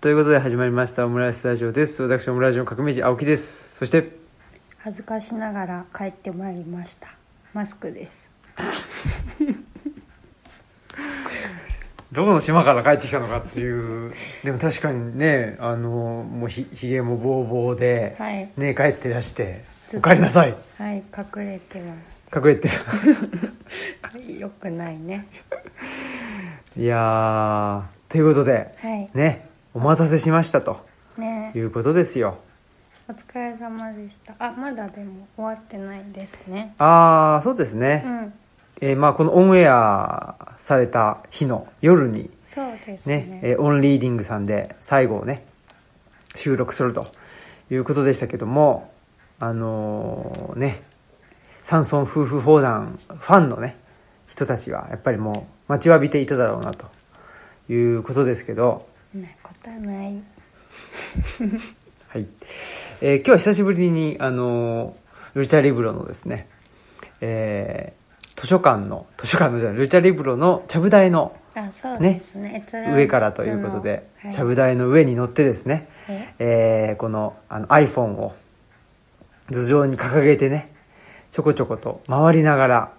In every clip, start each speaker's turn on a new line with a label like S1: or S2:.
S1: ということで始まりましたオムライスラジオです私オムライスの革命児青木ですそして
S2: 恥ずかしながら帰ってまいりましたマスクです
S1: どこの島から帰ってきたのかっていう でも確かにねあのもうひひげもぼうぼうで、
S2: はい
S1: ね帰ってらして
S2: ず
S1: お
S2: っと
S1: かえりなさい
S2: はい隠れてま し
S1: 隠れて
S2: たよくないね
S1: いやーということで
S2: はい
S1: ねお待たせしましたと
S2: ね
S1: いうことですよ
S2: お疲れ様でしたあまだでも終わってないですね
S1: ああそうですね、
S2: うん
S1: えーまあ、このオンエアされた日の夜に
S2: そうですね
S1: ね、えーオンリーディングさんで最後をね、収録するということでしたけども、あのーね、サンソン夫婦砲弾ファンのね、人たちはやっぱりもう待ちわびていただろうなということですけど、
S2: そんなことはない
S1: はい。えー今日は久しぶりに、あのールチャリブロのですね、えー図書館の、図書館のじゃない、ルチャリブロのちゃぶ台の
S2: あそうですね閲覧室の
S1: 上からということで、
S2: はい
S1: ちゃぶ台の上に乗ってですね、
S2: え
S1: えーこのあの iPhone を頭上に掲げてね、ちょこちょこと回りながら、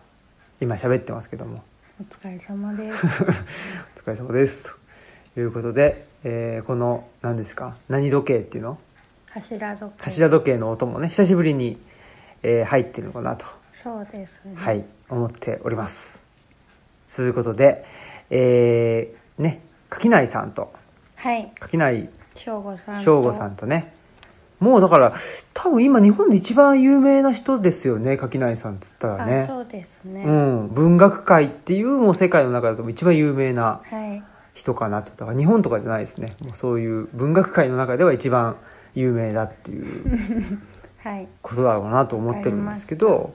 S1: 今喋ってますけども、
S2: お疲れ様で
S1: お
S2: す
S1: 疲れ様です。ということで、えーこの、何ですか、何時計っていうの
S2: 柱時計
S1: 柱時計の音もね、久しぶりに、えー入ってるのかなと、
S2: そうですね
S1: はい、思っております。ということで、えーね、垣内さんと、
S2: はい
S1: 垣内
S2: 省吾さんと
S1: 翔吾さんとねもうだから多分今日本で一番有名な人ですよね垣内さんっつったら
S2: あ
S1: ね
S2: そうですね、
S1: うん、文学界っていうもう世界の中だと一番有名な
S2: はい
S1: 人かなとだから日本とかじゃないですねもうそういう文学界の中では一番有名だって いう
S2: はい
S1: ことだろうなと思ってるんですけど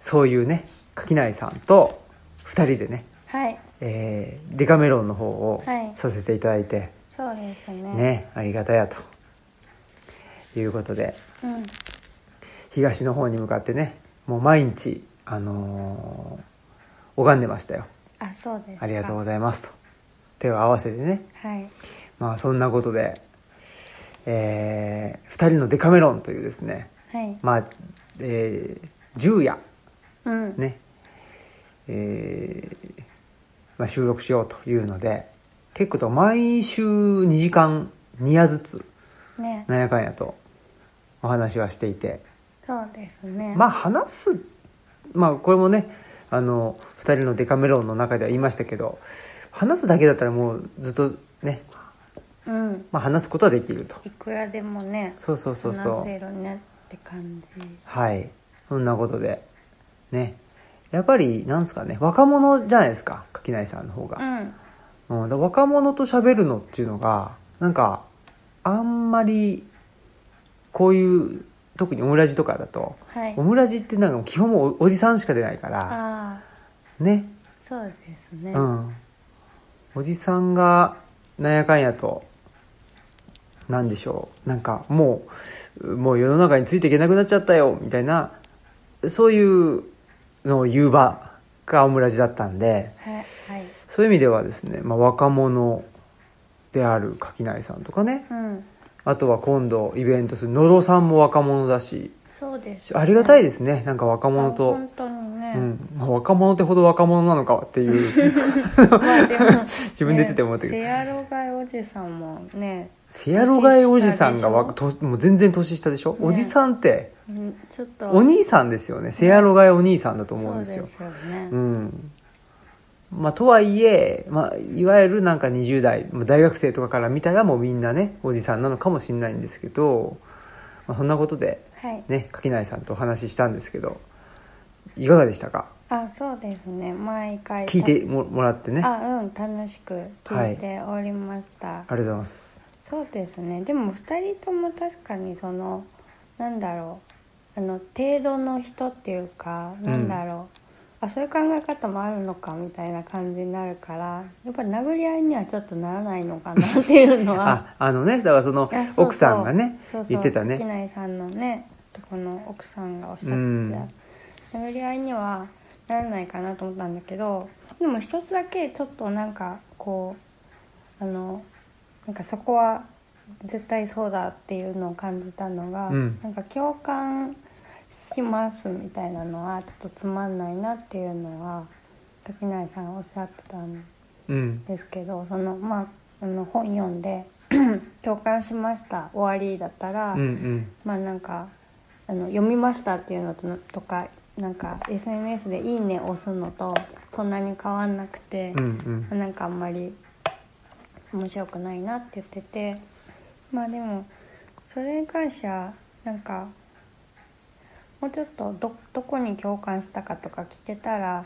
S1: そういうね垣内さんと2人でね、
S2: はい
S1: えーデカメロンの方を
S2: はい
S1: させていただいて、
S2: そうですね
S1: ねありがたやということで
S2: うん
S1: 東の方に向かってねもう毎日あのー拝んでましたよ
S2: あそうですか
S1: ありがとうご
S2: ざい
S1: ざいますと手を合わせてね
S2: ますはい
S1: まあそんなことでえー、2人のデカメロンというですね
S2: はい、
S1: まあえー、昼夜
S2: うん
S1: ねえーまあ、収録しようというので結構と毎週2時間2夜ずつ
S2: ね
S1: なんやかんやとお話はしていて
S2: そうですね
S1: まあ話すまあこれもねあの2人のデカメロンの中では言いましたけど話すだけだったらもうずっとね、
S2: うん
S1: まあ、話すことはできると
S2: いくらでもね
S1: そうそうそうそ
S2: 話せ
S1: う
S2: るねって感じ
S1: はいそんなことでねやっぱりなんですかね若者じゃないですか垣内さんの方
S2: う
S1: が、
S2: ん
S1: うんだから若者と喋るのっていうのがなんかあんまりこういう特にオムラジとかだと
S2: はい
S1: オムラジってなんか基本もうおおじさんしか出ないから
S2: ああ
S1: ね
S2: そうですね、
S1: うん、おじさんがなんやかんやとなんでしょうなんかもうもう世の中についていけなくなっちゃったよみたいなそういうのを言う場がオムラジだったんで
S2: はいはい
S1: そういう意味ではですね、まあ、若者である垣内さんとかね
S2: うん
S1: あとは今度イベントする野呂さんも若者だし
S2: そうです、
S1: ありがたい
S2: で
S1: ですねなんか若者と
S2: 本。当にね、
S1: うん、まあ若者ってほど若者なのかっていう
S2: まあでも
S1: 自分で言ってて思ったけど
S2: ねせやろがいおじさんもね
S1: せやろがいおじさんがわともう全然年下でしょ、
S2: ね
S1: おじさんって
S2: うんちょっと
S1: お兄さんですよねせやろがいお兄さんだと思うんですよう
S2: そうですよね、
S1: んまあとはいえ、まあ、いわゆるなんか20代まあ大学生とかから見たらもうみんなねおじさんなのかもしれないんですけど、まあ、そんなことで
S2: はい
S1: ね垣内さんとお話ししたんですけどいかがでしたか
S2: あそうですね毎回
S1: 聞いてももらってねあ
S2: あうん楽しく聞いておりまし
S1: り
S2: た、
S1: がとうございます
S2: そうですねでも2人とも確かにそのなんだろうあの程度の人っていうか
S1: うん
S2: なんだろう、あそういう考え方もあるのかみたいな感じになるからやっぱり殴り合いにはちょっとならないのかなっていうのは
S1: ああのねだからその
S2: いやそうそう
S1: 奥さんがね
S2: そうそう
S1: 言ってたね
S2: 月内さんのねとこの奥さんがおっしゃって
S1: う
S2: た、
S1: ん
S2: 殴り合いにはならないかなと思ったんだけどでも一つだけちょっとなんかこうあのなんかそこは絶対そうだっていうのを感じたのが、
S1: うん
S2: なんか共感しますみたいなのはちょっとつまんないなっていうのは垣内さんがおっしゃってたん
S1: うん
S2: ですけどそのまああの本読んで 「共感しました終わり」だったら、
S1: うんうん
S2: まあなんかあの読みましたっていうのととかなんか SNS で「いいね」押すのとそんなに変わんなくて。
S1: うんうん
S2: なんかあんまり面白くないなって言っててまあでもそれに関してはなんかもうちょっとどどこに共感したかとか聞けたら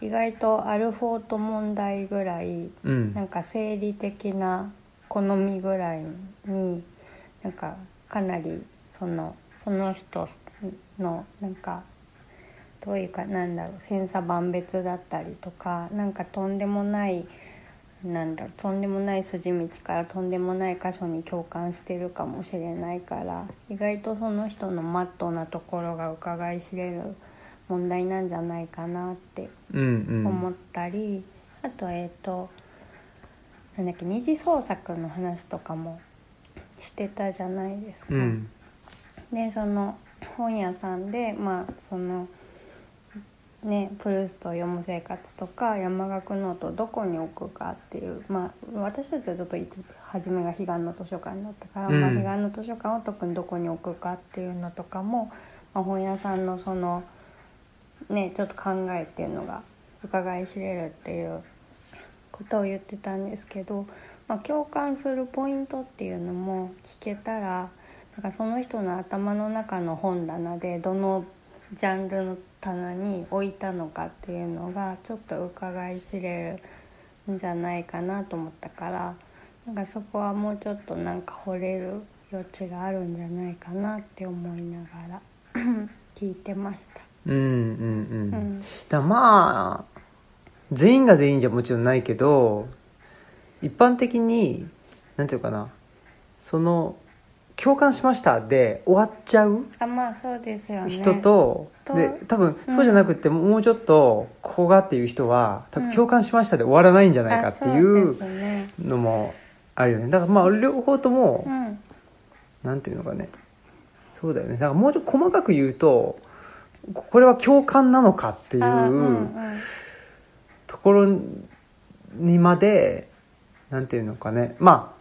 S2: 意外とアルフォート問題ぐらい
S1: うん
S2: なんか生理的な好みぐらいになんかかなりそのその人のなんかどういうかなんだろう千差万別だったりとかなんかとんでもないなんだろうとんでもない筋道からとんでもない箇所に共感してるかもしれないから意外とその人のマットなところが伺い知れる問題なんじゃないかなって
S1: うん
S2: 思ったり、あとえっ、となんだっけ二次創作の話とかもしてたじゃないですか。
S1: うん
S2: でその本屋さんでまあそのねプルーストを読む生活とか山岳ノートをどこに置くかっていうまあ私たちはちょっと一初めが彼岸の図書館だったから、
S1: うん
S2: まあ、彼岸の図書館を特にどこに置くかっていうのとかも、まあ、本屋さんのそのねちょっと考えっていうのが伺い知れるっていうことを言ってたんですけど、まあ、共感するポイントっていうのも聞けたらなんかその人の頭の中の本棚でどのジャンルの棚に置いたのかっていうのがちょっと伺い知れるんじゃないかなと思ったからなんかそこはもうちょっとなんか惚れる余地があるんじゃないかなって思いながら 聞いてました。
S1: うんうん
S2: う
S1: うん
S2: ん
S1: だからまあ全員が全員じゃもちろんないけど一般的になんていうかなその「共感しました」で終わっちゃう
S2: あまあそうですよね
S1: 人と、
S2: と
S1: で多分
S2: うん
S1: そうじゃなくて、もうちょっとここがっていう人は多
S2: うん
S1: 分共感しましたで終わらないんじゃないかってい
S2: あそう
S1: う
S2: ですね
S1: のもあるよねだからまあ両方とも、
S2: うん
S1: なんていうのかねそうだよねだからもうちょっと細かく言うとこれは共感なのかってい
S2: あうんう
S1: うんところにまでなんていうのかねまあ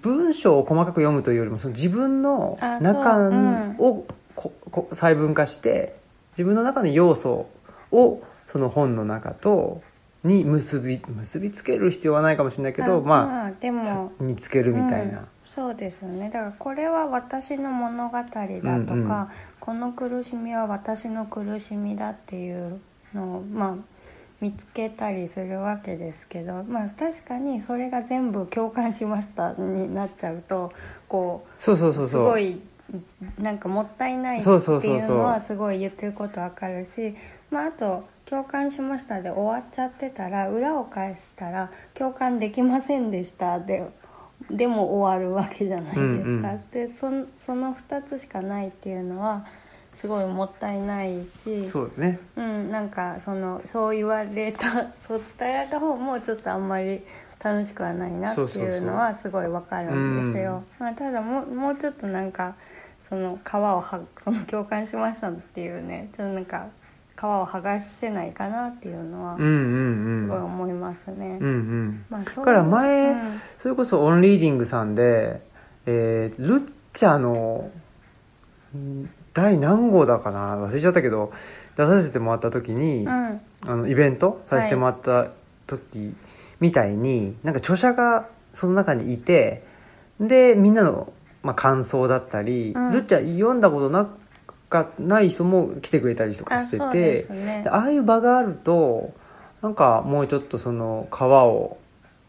S1: 文章を細かく読むというよりもその自分の
S2: あそう
S1: 中
S2: うん
S1: をここ細分化して自分の中の要素をその本の中とに結び結びつける必要はないかもしれないけどま
S2: あで
S1: あさ
S2: も
S1: 見つけるみたい
S2: うん
S1: な。
S2: そうですよねだからこれは私の物語だとか、
S1: うんうん
S2: この苦しみは私の苦しみだっていうのをまあ見つけたりするわけですけど、まあ、確かにそれが全部「共感しました」になっちゃうとこう
S1: そうそうそう
S2: す
S1: そう
S2: ごいなんかもったいないってい
S1: そうそうそうそう
S2: うのはすごい言ってることわかるし、まあ、あと「共感しました」で終わっちゃってたら裏を返したら「共感できませんでした」ででも終わるわけじゃないですか、
S1: うんうん
S2: でそんその2つしかないっていうのはすごいもったいないし
S1: そうだね
S2: うん、なんかそのそう言われた そう伝えられた方もちょっとあんまり楽しくはないなって
S1: そうそうそう
S2: いうのはすごいわかるんですよ。まあ、ただもうもうちょっとなんかその皮をはその共感しましたっていうねちょっとなんか皮を剥がせないかなっていうのは
S1: うんうんう
S2: す
S1: ん
S2: ごい思いますね。
S1: うんうん
S2: まあ、そ
S1: だ
S2: う
S1: から前、
S2: うん
S1: それこそオンリーディングさんで、えー、ルッチャのん第何号だかな忘れちゃったけど出させてもらった時に、
S2: うん
S1: あのイベントさせてもらった時みたいに、なんか著者がその中にいてでみんなの、まあ、感想だったり、
S2: うん
S1: ルッチャ読んだことなかない人も来てくれたりとかして
S2: あそうで
S1: て
S2: す。ね
S1: でああいう場があるとなんかもうちょっとその皮を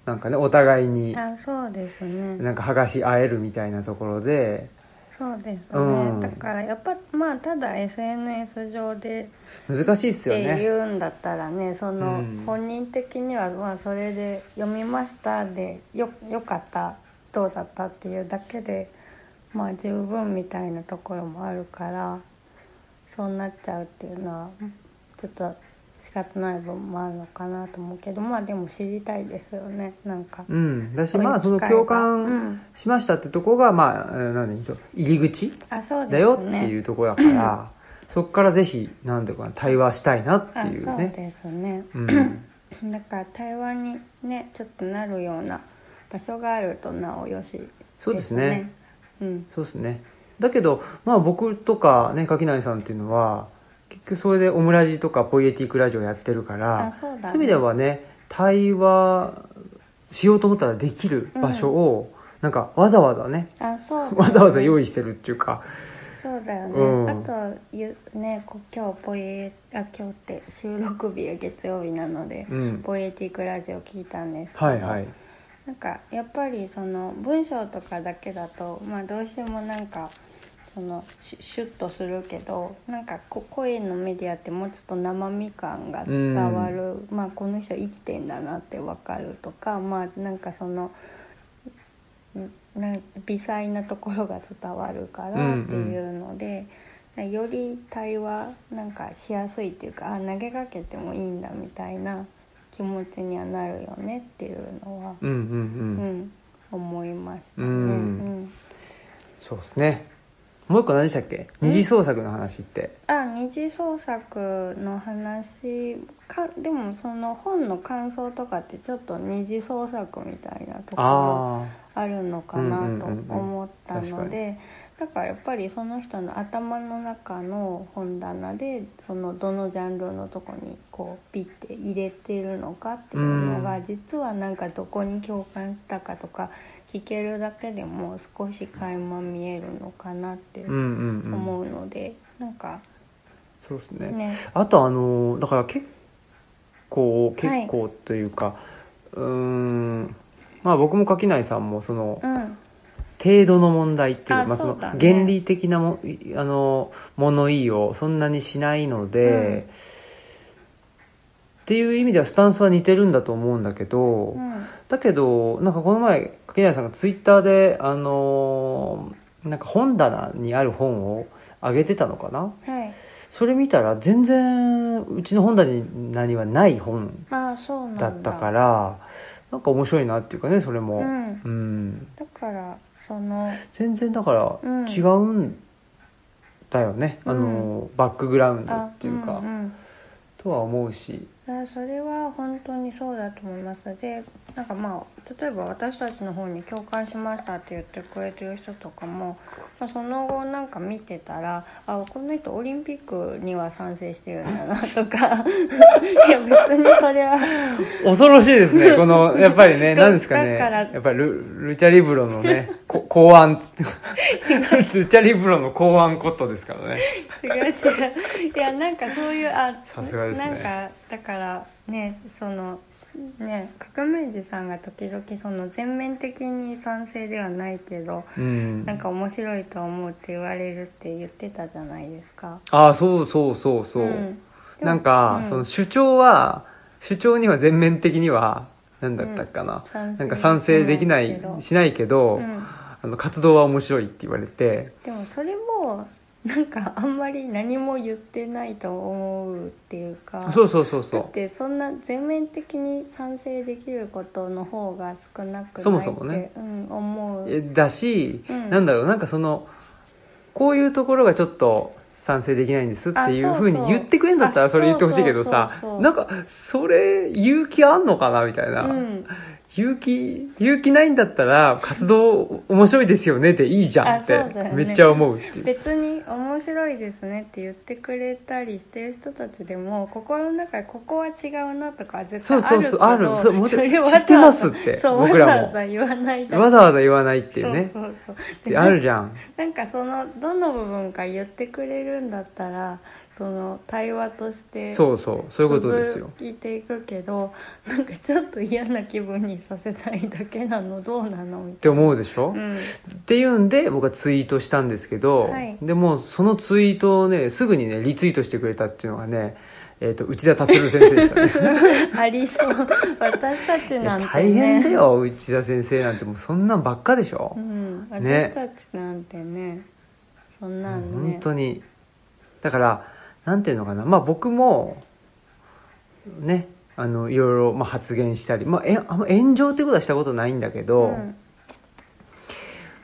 S1: なんかねお互いに
S2: あそうですね
S1: なんか剥がし合えるみたいなところで
S2: そうですね、
S1: うん
S2: だからやっぱまあただ SNS 上で
S1: 難しいっ
S2: っ
S1: すよ
S2: て言
S1: ね
S2: うんだったらねその、
S1: うん
S2: 本人的には、まあ、それで「読みました」でよ「よかった」「どうだった」っていうだけでまあ十分みたいなところもあるからそうなっちゃうっていうのはちょっと仕方ない部分もあるのかなと思うけどまあでも知りたいですよねなんか、
S1: うん、だし
S2: こういう
S1: まあその
S2: 機会が
S1: 共
S2: うん
S1: 感しましたってとこがまあえー何と入り口
S2: あそうですね
S1: だよっていうとこだからそこからぜひ何とか対話したいなって
S2: あ
S1: いう
S2: そう
S1: ね
S2: ですね、
S1: うん
S2: だから台湾にねちょっとなるような場所があるとなおよし、
S1: そうですね
S2: ですねうん
S1: そうですねだけどまあ僕とかね垣内さんっていうのは結局それでオムラジとかポイエティックラジオやってるから
S2: あそうだね
S1: いう意味ではね対話しようと思ったらできる場所を、なんかわざわざね
S2: あそうだね、
S1: わざわざ用意してるっていうか
S2: そうだよね、
S1: うん
S2: あとゆねこ今日ポエあ今日って収録日は月曜日なので、
S1: うん
S2: ポエティックラジオ聞いたんですけど、
S1: はいはい
S2: なんかやっぱりその文章とかだけだと、まあ、どうしてもなんかそのシュシュッとするけどなんかこ声のメディアってもうちょっと生身感が伝わる、まあ、この人生きてんだなってわかるとかまあなんかそのんなん微細なところが伝わるからっていうので。より対話なんかしやすいっていうかあ投げかけてもいいんだみたいな気持ちにはなるよねっていうのは
S1: うんうんうん、
S2: うん、思いましたね。
S1: う
S2: うんん
S1: そうですねもう一個何でしたっけ二次創作の話って
S2: あ二次創作の話かでもその本の感想とかってちょっと二次創作みたいなところ
S1: あ
S2: あるのかなと
S1: うんうんうんうん
S2: 思ったの
S1: 確か
S2: でだからやっぱりその人の頭の中の本棚でそのどのジャンルのとこにこうピッて入れてるのかっていうの
S1: う
S2: が
S1: ん
S2: 実はなんかどこに共感したかとか聞けるだけでも少し垣間見えるのかなって
S1: あうんうんうん
S2: 思うのでなんか
S1: そうですね
S2: ね
S1: あとあのだから結構
S2: はい
S1: 結構というか、うーんまあ僕も垣内さんもその
S2: うん
S1: 程度の問題っていう
S2: あ
S1: まあ、その
S2: そうだ
S1: 原
S2: ね
S1: 理的なもあの物言いをそんなにしないので、っていう意味ではスタンスは似てるんだと思うんだけど、
S2: うん
S1: だけどなんかこの前垣内さんがツイッターであのーなんか本棚にある本をあげてたのかな
S2: はい
S1: それ見たら全然うちの本棚にはない本
S2: まあそうなん
S1: だ
S2: だ
S1: ったからなんか面白いなっていうかねそれも、
S2: うん
S1: うん
S2: だからその
S1: 全然だから
S2: うん
S1: 違うんだよね、あのーバックグラウンド
S2: あ
S1: っていうか、
S2: んうん
S1: とは思うし
S2: あそれは本当にそうだと思いますでなんかまあ例えば私たちの方に共感しましたって言ってくれてる人とかも、まあ、その後なんか見てたらあこの人オリンピックには賛成してるんだなとか いや別にそれは
S1: 恐ろしいです ねこのやっぱりね何ですかね
S2: だから
S1: やっぱりルルチャリブロの ねこ考案 ルチャリブロの考案ことですからね
S2: 違う違ういやなんかそういうあ
S1: さすがですね
S2: なんかだからねそのね革命児さんが時々その全面的に賛成ではないけど
S1: うん
S2: なんか面白いと思うって言われるって言ってたじゃないですか。
S1: ああそうそうそうそう、
S2: ん
S1: なんか、
S2: うん
S1: その主張は主張には全面的には何だったかな、
S2: うん
S1: なんか賛成できない
S2: 賛成できないけど
S1: しないけど、
S2: うん
S1: あの活動は面白いって言われて
S2: でもそれもなんかあんまり何も言ってないと思うっていうか
S1: そうそうそうそ
S2: だ
S1: う
S2: ってそんな全面的に賛成できることの方が少なくないって
S1: そもそもね
S2: うん、思う
S1: えだし、
S2: うん
S1: なんだろうなんかそのこういうところがちょっと賛成できないんですっていう
S2: あそう
S1: ふ
S2: そう
S1: うに言ってくれんだったら
S2: あ
S1: それ言ってほしいけどさ
S2: そうそうそうそう
S1: なんかそれ勇気あんのかなみたいな、
S2: うん
S1: 勇気勇気ないんだったら活動面白いですよねっていいじゃんって
S2: あそうだよね
S1: めっちゃ思うっていう。
S2: 別に面白いですねって言ってくれたりしてる人たちでも心の中でここは違うなとかは絶対
S1: そうそう
S2: あるけ
S1: そう
S2: ど
S1: あるそうもちろん
S2: れわざわざ
S1: 知ってますって
S2: そう
S1: 僕らも
S2: わざわざ言わない
S1: わざわざ言わないっていうね
S2: そうそうそう
S1: であるじゃん
S2: なんかそのどの部分か言ってくれるんだったらその対話として
S1: そうそうそういうことですよ
S2: 続いていくけどなんかちょっと嫌な気分にさせたいだけなのどうなの
S1: っ
S2: み
S1: た
S2: い
S1: て思うでしょ、
S2: な、うん、
S1: っていうんで僕はツイートしたんですけど、
S2: はい
S1: でもうそのツイートをねすぐにねリツイートしてくれたっていうのがね、えー、と内田達郎先生でしたね
S2: ありそう私たち
S1: い
S2: なん
S1: や
S2: て、ね、
S1: 大変だよ内田先生なんてもうそんなんばっかでしょ、
S2: うん、
S1: ね
S2: 私たちなんてねそんなんね
S1: 本当にだからなんていうのかなまあ僕もねあのいろいろまあ発言したり、まあ、えあんま炎上ってことはしたことないんだけど、
S2: うん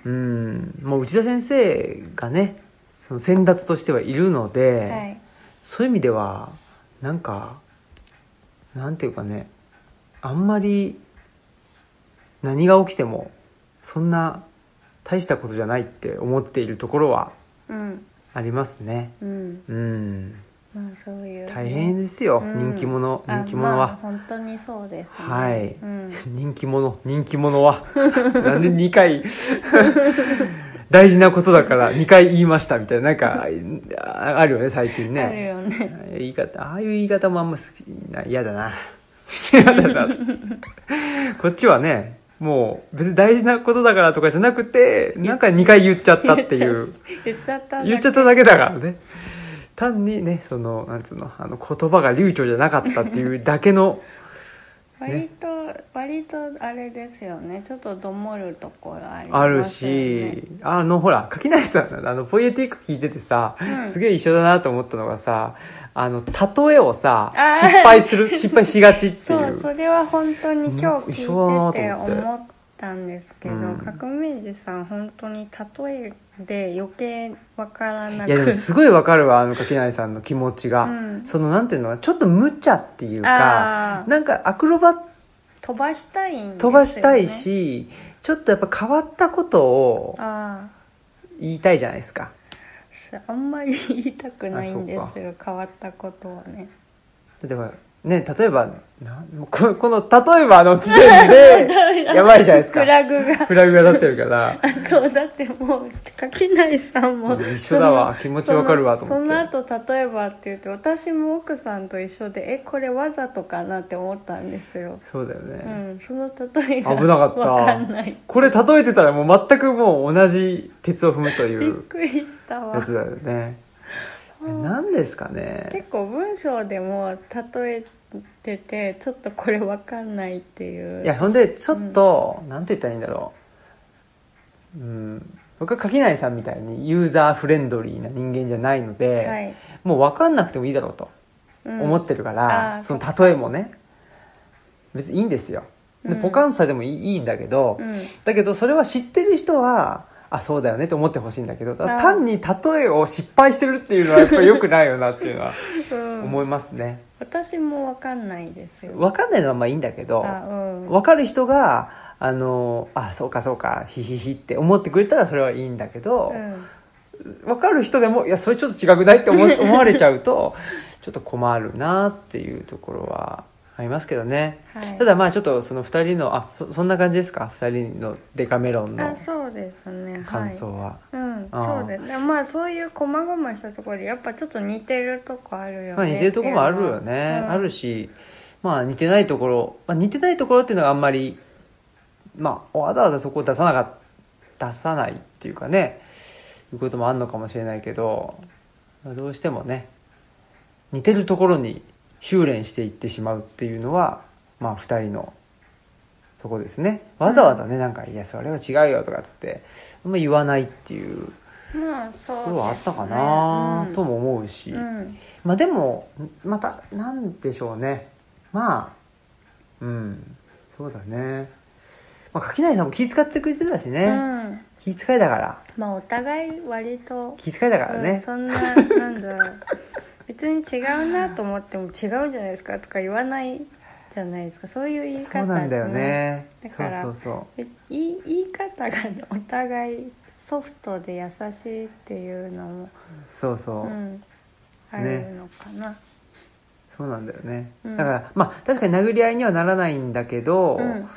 S1: うんもう内田先生がねその先達としてはいるので、
S2: はい
S1: そういう意味ではなんかなんていうかねあんまり何が起きてもそんな大したことじゃないって思っているところは
S2: うん
S1: ありますね
S2: うん
S1: うん
S2: まあそういうね
S1: 大変ですよ、
S2: うん
S1: 人気者
S2: あ
S1: 人気者
S2: まあ
S1: は、
S2: 本当にそうですね
S1: はい
S2: うん
S1: 人気者人気者はなんで2回大事なことだから2回言いましたみたいななんかああるよね最近ね
S2: あるよね
S1: 言い方ああいう言い方もあんま好きな嫌だな嫌だなとこっちはねもう別に大事なことだからとかじゃなくてなんか2回言っちゃったっていう
S2: 言っちゃったんだ
S1: 言っちゃっただけだからね単にねそのなんつうのあの言葉が流暢じゃなかったっていうだけの
S2: 割と、割とあれですよねちょっとどもるところあり
S1: あ
S2: ま
S1: る
S2: すよね
S1: し、あのほら柿梨さんのあのポイエティック聞いててさ、
S2: ん
S1: すげえ一緒だなと思ったのがさあの例えをさ
S2: あー
S1: 失敗す る失敗しがちってい
S2: そううそれは本当に今
S1: うん
S2: 日
S1: 一緒
S2: 聞いて
S1: だ
S2: て
S1: なと思って
S2: 思ったんですけど、
S1: うん
S2: 革命児さん本当に例えで余計わからない
S1: やで
S2: く
S1: もすごいわかるわあの柿内さんの気持ちが、
S2: うん
S1: そのなんていうのかなちょっと無茶っていうか
S2: あー
S1: なんかアクロバ
S2: 飛ばしたいんですよ、ね、
S1: 飛ばしたいし、ちょっとやっぱ変わったことを
S2: あ
S1: 言いたいじゃないですか
S2: ああんまり言いたくないんで
S1: あ
S2: すよ変わったことをね
S1: 例えばね例えばなんもうここの例えばの時点 でやばいじゃないですか
S2: フラグが
S1: フラグが立ってるから
S2: あ そうだってもう柿内さんも
S1: うん一緒だわ気持ちわかるわと思って
S2: そのその後例えばって言って私も奥さんと一緒でえこれわざとかなって思ったんですよ
S1: そうだよ
S2: う
S1: ね、
S2: んその例えが
S1: 危なかった
S2: わかんない
S1: これ例えてたらもう全くもう同じ鉄を踏むとい
S2: びっ
S1: う
S2: くりしたわ
S1: やつだよね何ですかね
S2: 結構文章でも例えててちょっとこれわかんないっていう
S1: いやほんでちょっと、なんて言ったらいいんだろううん僕は垣内さんみたいにユーザーフレンドリーな人間じゃないので、
S2: はい
S1: もう分かんなくてもいいだろうと
S2: うん
S1: 思ってるから、
S2: あー
S1: その例えもね別にいいんですよで
S2: うん
S1: ポカンさでもいい,、ん、だけど、
S2: うん
S1: だけどそれは知ってる人はあそうだよねって思ってほしいんだけど
S2: ー
S1: 単に例えを失敗してるっていうのはやっぱり良くないよなっていうのは
S2: うん
S1: 思いますね
S2: 私もわかんないですよ
S1: 分かんないのはまあいいんだけど
S2: あうん
S1: 分かる人があのあそうかそうかヒヒヒって思ってくれたらそれはいいんだけど、
S2: うん
S1: 分かる人でもいやそれちょっと違くないって思 思われちゃうとちょっと困るなっていうところはありますけどね、
S2: はい
S1: ただまあちょっとその2人のあそそんな感じですか2人のデカメロン
S2: あ
S1: の
S2: そうですね
S1: 感想は、
S2: はい、うん
S1: あー
S2: そうですねまあそういう細々したところでやっぱちょっと似てるとこあるよね
S1: まあ、似てるところもあるよ
S2: っていう
S1: ね
S2: の、は
S1: あるし、まあ、似てないところ、まあ、似てないところっていうのがあんまり、まあ、わざわざそこを出さなか出さないっていうかねいうこともあるのかもしれないけど、まあ、どうしてもね似てるところに修練していってしまうっていうのは、まあ、2人のとこですねわざわざねなんか「いやそれは違うよ」とかっつって、まあ、言わないっていう
S2: まあそ
S1: と
S2: うですね
S1: ころはあったかなとも思うし。
S2: うんうん
S1: まあでもまたなんでしょうねまあうんそうだね、まあ、柿内さんも気遣ってくれてたしね、
S2: うん
S1: 気遣いだから
S2: まあお互い割と、
S1: 気遣いだから
S2: うん
S1: ね、
S2: そんななんだろう別に違うなと思っても違うんじゃないですかとか言わないじゃないですかそういう言い
S1: そう
S2: 方
S1: なんだよね
S2: だ
S1: そ
S2: か
S1: う
S2: ら
S1: そうそ
S2: え言い言い方がお互いソフトで優しいっていうのも
S1: うそうそう、
S2: うん、あるのかな、
S1: そうなんだよね、
S2: うん
S1: だからまあ確かに殴り合いにはならないんだけど、
S2: うん、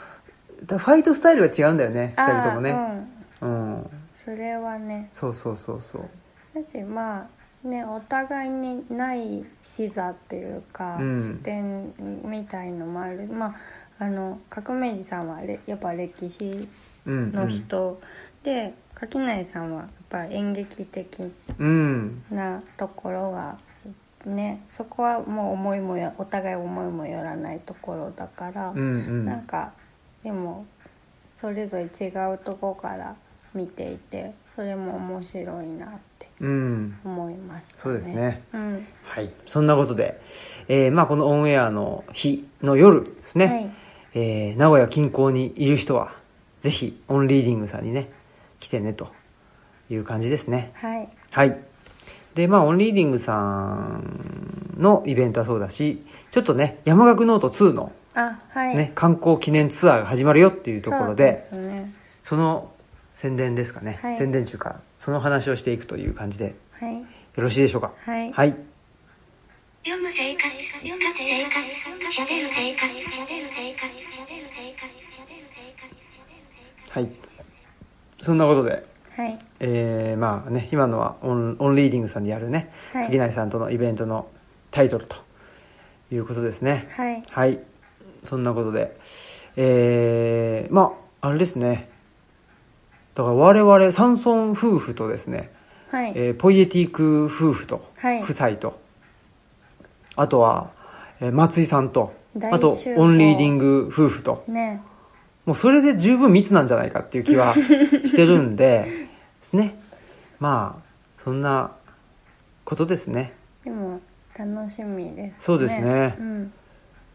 S1: だファイトスタイルが違うんだよね
S2: あ
S1: 2
S2: ー
S1: 人とも
S2: う
S1: ね
S2: ん、
S1: うん、
S2: それはね
S1: そうそうそうそう
S2: だしまあねお互いにない視座っていうか、
S1: うん
S2: 視点みたいのもあるまああの革命児さんはれやっぱ歴史
S1: うん
S2: の人、で垣内さんはやっぱ演劇的
S1: うん
S2: なところがねそこはもう思いもよお互い思いもよらないところだから、
S1: うんうん
S2: なんかでもそれぞれ違うとこから見ていてそれも面白いなって
S1: うん
S2: 思います、
S1: そうですね
S2: うん、
S1: ははい。そんなことで、えーまあこのオンエアの日の夜ですね、
S2: はい
S1: えー名古屋近郊にいる人は、ぜひオンリーディングさんにね、来てねという感じですね。
S2: はい
S1: はい。で、まあ、オンリーディングさんのイベントはそうだし、ちょっとね、山岳ノート2の
S2: あはい
S1: ね、観光記念ツアーが始まるよっていうところで、
S2: そうですね
S1: その宣伝ですかね、
S2: はい
S1: 宣伝中から、その話をしていくという感じで、よ
S2: はい
S1: ろしいでしょうか。
S2: はい
S1: はい。
S3: 読む生活、読む生活、喋る生活、喋る生活、喋る生活、喋る生活。
S1: はい。そんなことで、
S2: はい
S1: えー、まあね、今のはオンオンリーディングさんでやるね、
S2: はい
S1: 垣内さんとのイベントのタイトルということですね。
S2: はい
S1: はい。そんなことで。えー、まあ、あれですね。だから我々、山村夫婦とですね、
S2: はい
S1: えーポイエティク夫婦と、
S2: はい
S1: 夫妻と、あとは、えー松井さんと、
S2: 大
S1: あと
S2: 集、合
S1: オンリーディング夫婦と、
S2: ね
S1: もうそれで十分密なんじゃないかっていう気 はしてるんで、ですね。まあ、そんなことですね。
S2: でも楽しみですね
S1: そうですね
S2: うん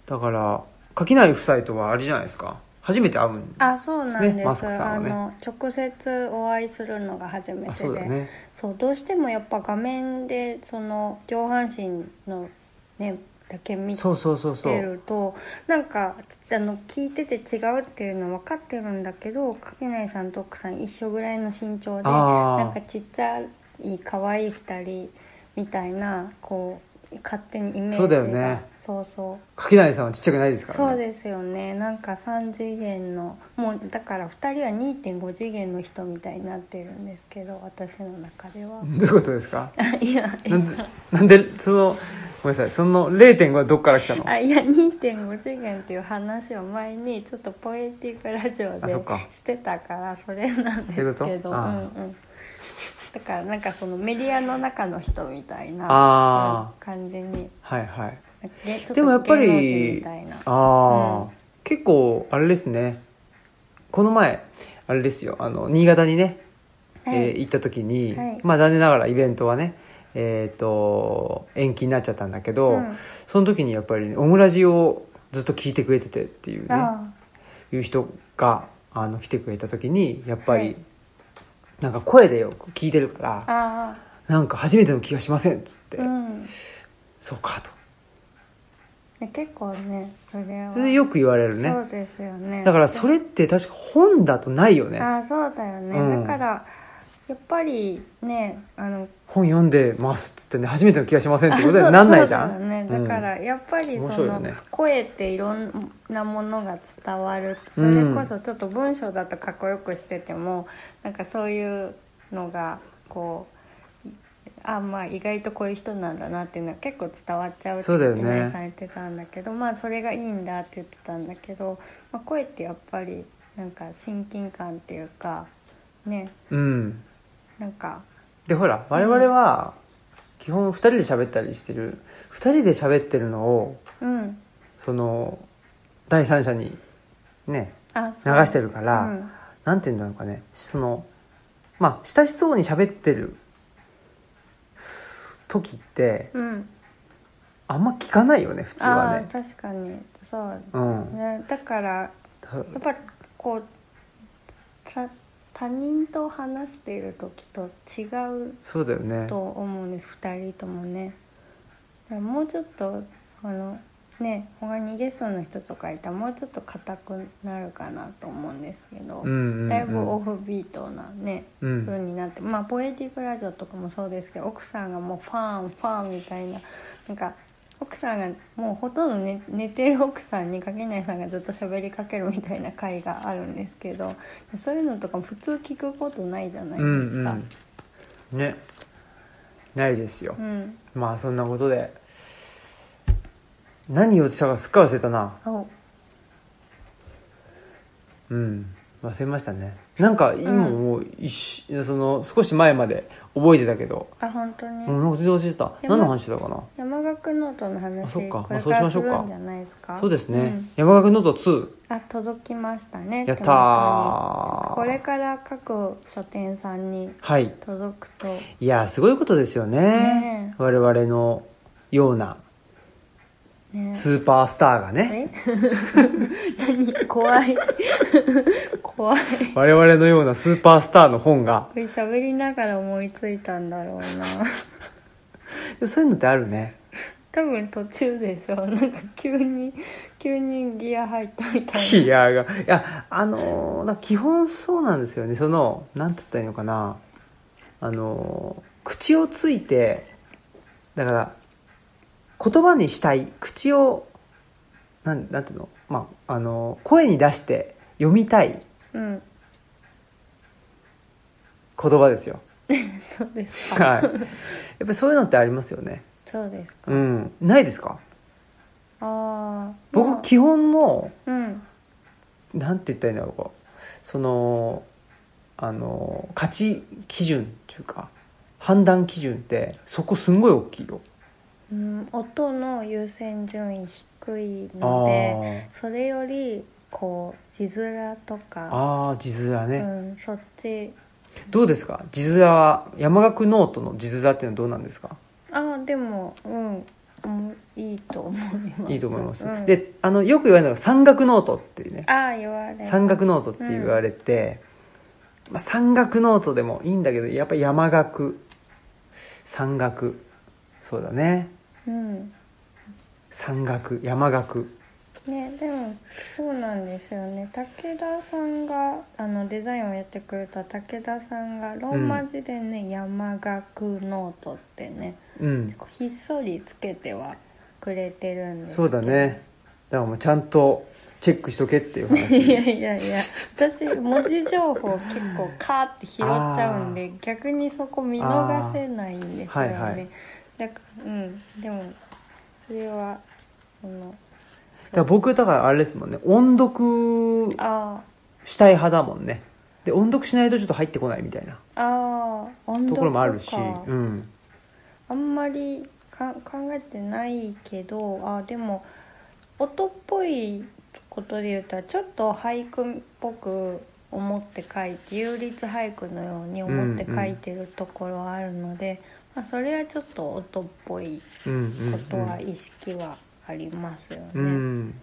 S1: だから、垣内夫妻とはあれじゃないですか。初めて会うん
S2: あそうなんです
S1: ねマスクさ
S2: あ
S1: んはね
S2: の直接お会いするのが初めてで
S1: あそうだね
S2: そうどうしてもやっぱ画面でその上半身のねだけ見て
S1: そうそうそうそ
S2: る
S1: う
S2: となんかあの聞いてて違うっていうの分かってるんだけど垣内さんと奥さん一緒ぐらいの身長で
S1: あー
S2: なんかちっちゃい可愛い二人みたいなこう勝手にイメージが
S1: そうだよね
S2: そうそう
S1: 垣内さんはちっちゃくないですからね
S2: そうですよねなんか3次元のもうだから2人は2.5次元の人みたいになってるんですけど私の中では
S1: どういうことですか
S2: いや
S1: なんでなんでそのごめんなさいその0.5はどっから来たの
S2: あいや2.5次元っていう話を前にちょっとポエティックラジオ
S1: あ
S2: で
S1: そっか
S2: してたからそれなんで
S1: そういう
S2: す
S1: こと
S2: けどう
S1: ああ
S2: んうん、だからなんかそのメディアの中の人みたい
S1: あ
S2: な感じに
S1: はいはい
S2: なんかねちょっと
S1: でもやっぱ
S2: 芸能人み
S1: り
S2: たいな
S1: ああ、
S2: うん
S1: 結構あれですねこの前あれですよあの新潟にね、
S2: はい
S1: えー行った時に、
S2: はい
S1: まあ残念ながらイベントはねえー、と延期になっちゃったんだけど、
S2: うん
S1: その時にやっぱり、ね、オムラジをずっと聞いてくれててっていうね
S2: あ
S1: いう人があの来てくれた時にやっぱり、
S2: はい
S1: なんか声でよく聞いてるから
S2: ああ
S1: なんか初めての気がしませんっつって、
S2: あうん
S1: そうかと
S2: ね結構ねそれは
S1: それでよく言われるね
S2: そうですよね
S1: だからそれって確か本だとないよね
S2: ああそうだよね、
S1: うん
S2: だからやっぱりねあの
S1: 本読んでますっつってね初めての気がしませんってことになんないじゃ
S2: あそ
S1: ん
S2: うだよねだか
S1: うん
S2: らやっぱりそ
S1: 面白いよ
S2: の、
S1: ね
S2: 声っていろんなものが伝わるそれこそちょっと文章だとかっこよくしてても、なんかそういうのがこうあまあ意外とこういう人なんだなっていうのは結構伝わっちゃうって
S1: そうだよね
S2: 言ってされてたんだけどまあそれがいいんだって言ってたんだけど、まあ、声ってやっぱりなんか親近感っていうかね
S1: うん
S2: なんか
S1: でほら我々は基本2人で喋ったりしてる2人で喋ってるのを
S2: うん
S1: その第三者にね
S2: あ
S1: 流
S2: そう
S1: してるから、
S2: うん
S1: なんていうんだろうかねそのまあ親しそうに喋ってる時って
S2: うん
S1: あんま聞かないよね普通は
S2: ああ
S1: ね
S2: 確かにそう
S1: うん
S2: ね、だからやっぱりこう他他人と話している時と違う
S1: そうだよね
S2: と思うんです2人ともねだからもうちょっとあのね他にゲストの人とかいたらもうちょっと硬くなるかなと思うんですけど、
S1: うんうんうん
S2: だいぶオフビートなね、
S1: うん
S2: 風になってまあポエティックラジオとかもそうですけど奥さんがもうファンファンみたいななんか奥さんがもうほとんど寝寝てる奥さんに垣内さんがずっと喋りかけるみたいな回があるんですけどそういうのとかも普通聞くことないじゃないで
S1: う
S2: すか。
S1: んうんねないですよ、
S2: うん
S1: まあそんなことで何をしたかすっかり忘れたな
S2: お
S1: うん忘れましたねなんか今もう一し、その少し前まで覚えてたけど、
S2: あ本当に、
S1: うん、なんか全然忘れてた
S2: や
S1: 何の話だかな
S2: 山岳ノートの
S1: あそっ
S2: 話
S1: か
S2: これ
S1: まあそう
S2: か
S1: し
S2: ら
S1: まし
S2: す
S1: ょうか
S2: るんじゃないですか
S1: そうですね、
S2: ん
S1: 山岳ノート2
S2: あ届きましたね
S1: やったー
S2: 手元にこれから各書店さんに
S1: はい
S2: 届くと
S1: いやすごいことですよね
S2: ねえ
S1: 我々のような
S2: ね
S1: スーパースターがね、
S2: え何怖い怖い
S1: 我々のようなスーパースターの本が、
S2: これ喋りながら思いついたんだろうな
S1: でもそういうのってあるね。
S2: 多分途中でしょなんか急に急にギア入ったみたい
S1: いやが、いや、あのーなんか基本そうなんですよね。その、なんつったらいいのかな。あのー口をついて、だから、言葉にしたい。口を、なん、なんていうのまあ、あのー声に出して読みたい
S2: なうん
S1: 言葉ですよ。
S2: そうです
S1: はい。や
S2: か
S1: っぱりそういうのってありますよね。
S2: そうですか、
S1: うん。ないですか
S2: ああ
S1: 僕、基本もう、
S2: うん
S1: なんて言ったらいいんだろうかそのあの価値基準っていうか判断基準ってそこすんごい大きいよ。
S2: うん、音の優先順位低い
S1: あ
S2: ので
S1: ー
S2: それよりこう字面とか、
S1: あー字面
S2: う
S1: ね、
S2: ん、そっち
S1: どうですか字面は山岳ノートの字面っていうのはどうなんですか
S2: ああでもうんうんいいと思います
S1: いいと思います、
S2: うん、
S1: であのよく言われるのが山岳ノートっていうね
S2: ああ言われる
S1: 山岳ノートって言われて、まあ、山岳ノートでもいいんだけどやっぱり山岳山岳そうだね
S2: うん
S1: 山岳山岳
S2: ねでもそうなんですよね武田さんがあのデザインをやってくれた武田さんがローマ字でね「山岳ノート」ってね
S1: うん
S2: こうひっそりつけてはくれてるんですけ
S1: そ
S2: ど
S1: うだねだからもうちゃんとチェックしとけっていう
S2: いや
S1: 話
S2: いやいや私文字情報結構カーって拾っちゃうんで逆にそこ見逃せないんですよね、
S1: あーはいはい
S2: だからうんでもそれはその
S1: だから僕だからあれですもんね音読
S2: あ
S1: したい派だもんねで音読しないとちょっと入ってこないみたいな
S2: あああ音
S1: ところ
S2: 読
S1: もあるし、
S2: か
S1: うん、
S2: あんまりか考えてないけどあでも音っぽいことで言ったらちょっと俳句っぽく思って書いて有律俳句のように思って書いてるところはあるので、まあ、それはちょっと音っぽい
S1: うんうん
S2: ことは意識はありますよね、
S1: うん、うん、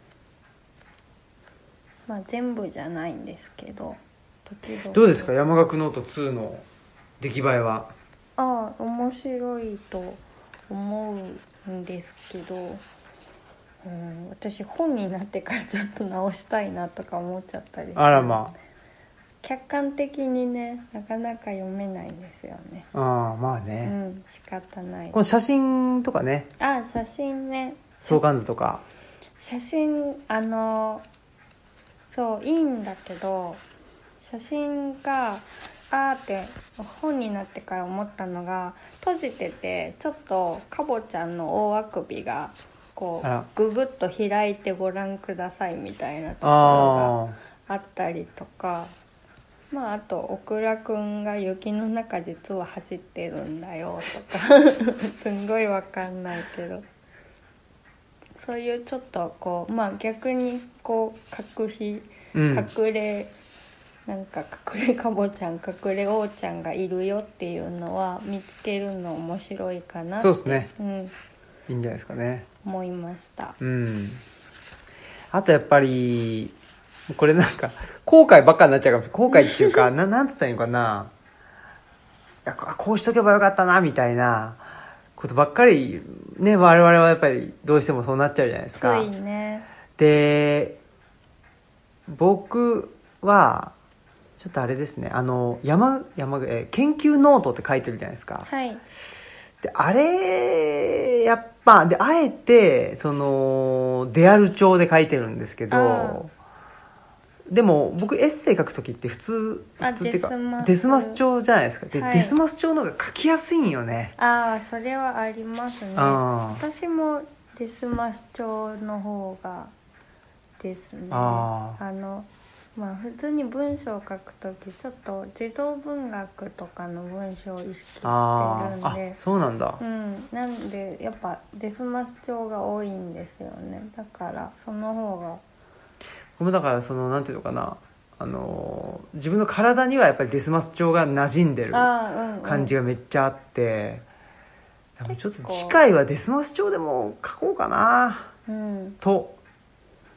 S2: まあ、全部じゃないんですけど時々
S1: どうですか山岳ノート2の出来栄えは
S2: ああ面白いと思うんですけど、うん、私本になってからちょっと直したいなとか思っちゃったり
S1: あらま
S2: 客観的にねなかなか読めないんですよね
S1: あああまあ
S2: う
S1: ね、
S2: ん仕方ない
S1: この写真とかね
S2: あ写真ね
S1: 相関図とか
S2: 写真あのそういいんだけど写真があーって本になってから思ったのが閉じててちょっとかぼちゃんの大あくびがこ
S1: あら
S2: うググッと開いてご覧くださいみたいなところ
S1: ああ
S2: があったりとか。まあ、あとオクラくんが雪の中実は走ってるんだよとか すんごいわかんないけどそういうちょっとこうまあ逆にこう隠し
S1: うん
S2: 隠れ、なんか隠れかぼちゃん隠れおうちゃんがいるよっていうのは見つけるの面白いかな
S1: そうですね
S2: う
S1: いい
S2: ん、
S1: んじゃないですかね
S2: 思いました
S1: うん。あとやっぱり、これなんか、後悔ばっかになっちゃうかもしれない後悔っていう か、ななんつったらいいのかな。いやここうしとけばよかったな、みたいなことばっかり、ね、我々はやっぱりどうしてもそうなっちゃうじゃないです
S2: つ
S1: か。
S2: いね
S1: で、僕は、ちょっとあれですね、あの、山、山、えー研究ノートって書いてるじゃないですか。
S2: はい
S1: で、あれ、やっぱ、で、あえて、その、デアル調で書いてるんですけど、でも、僕エッセイ書くときって普通、
S2: あ
S1: 普通っていうか
S2: デスマ、ス
S1: デスマス調じゃないですか。で、
S2: はい
S1: デスマス調の方が書きやすいんよね。
S2: ああそれはありますね
S1: あー
S2: 私もデスマス調の方がですね
S1: あー
S2: のまあ普通に文章を書くときちょっと児童文学とかの文章を意識して
S1: あ
S2: る
S1: あ
S2: んで
S1: あ、そうなんだ
S2: う。ん、なんでやっぱデスマス調が多いんですよねだからその方が
S1: 僕もだから、その、なんていうのかな、あのー、自分の体にはやっぱりデスマス調が馴染んでる
S2: ああうん、うん、
S1: 感じがめっちゃあって、やもうちょっと次回はデスマス調でも書こうかな
S2: うん
S1: と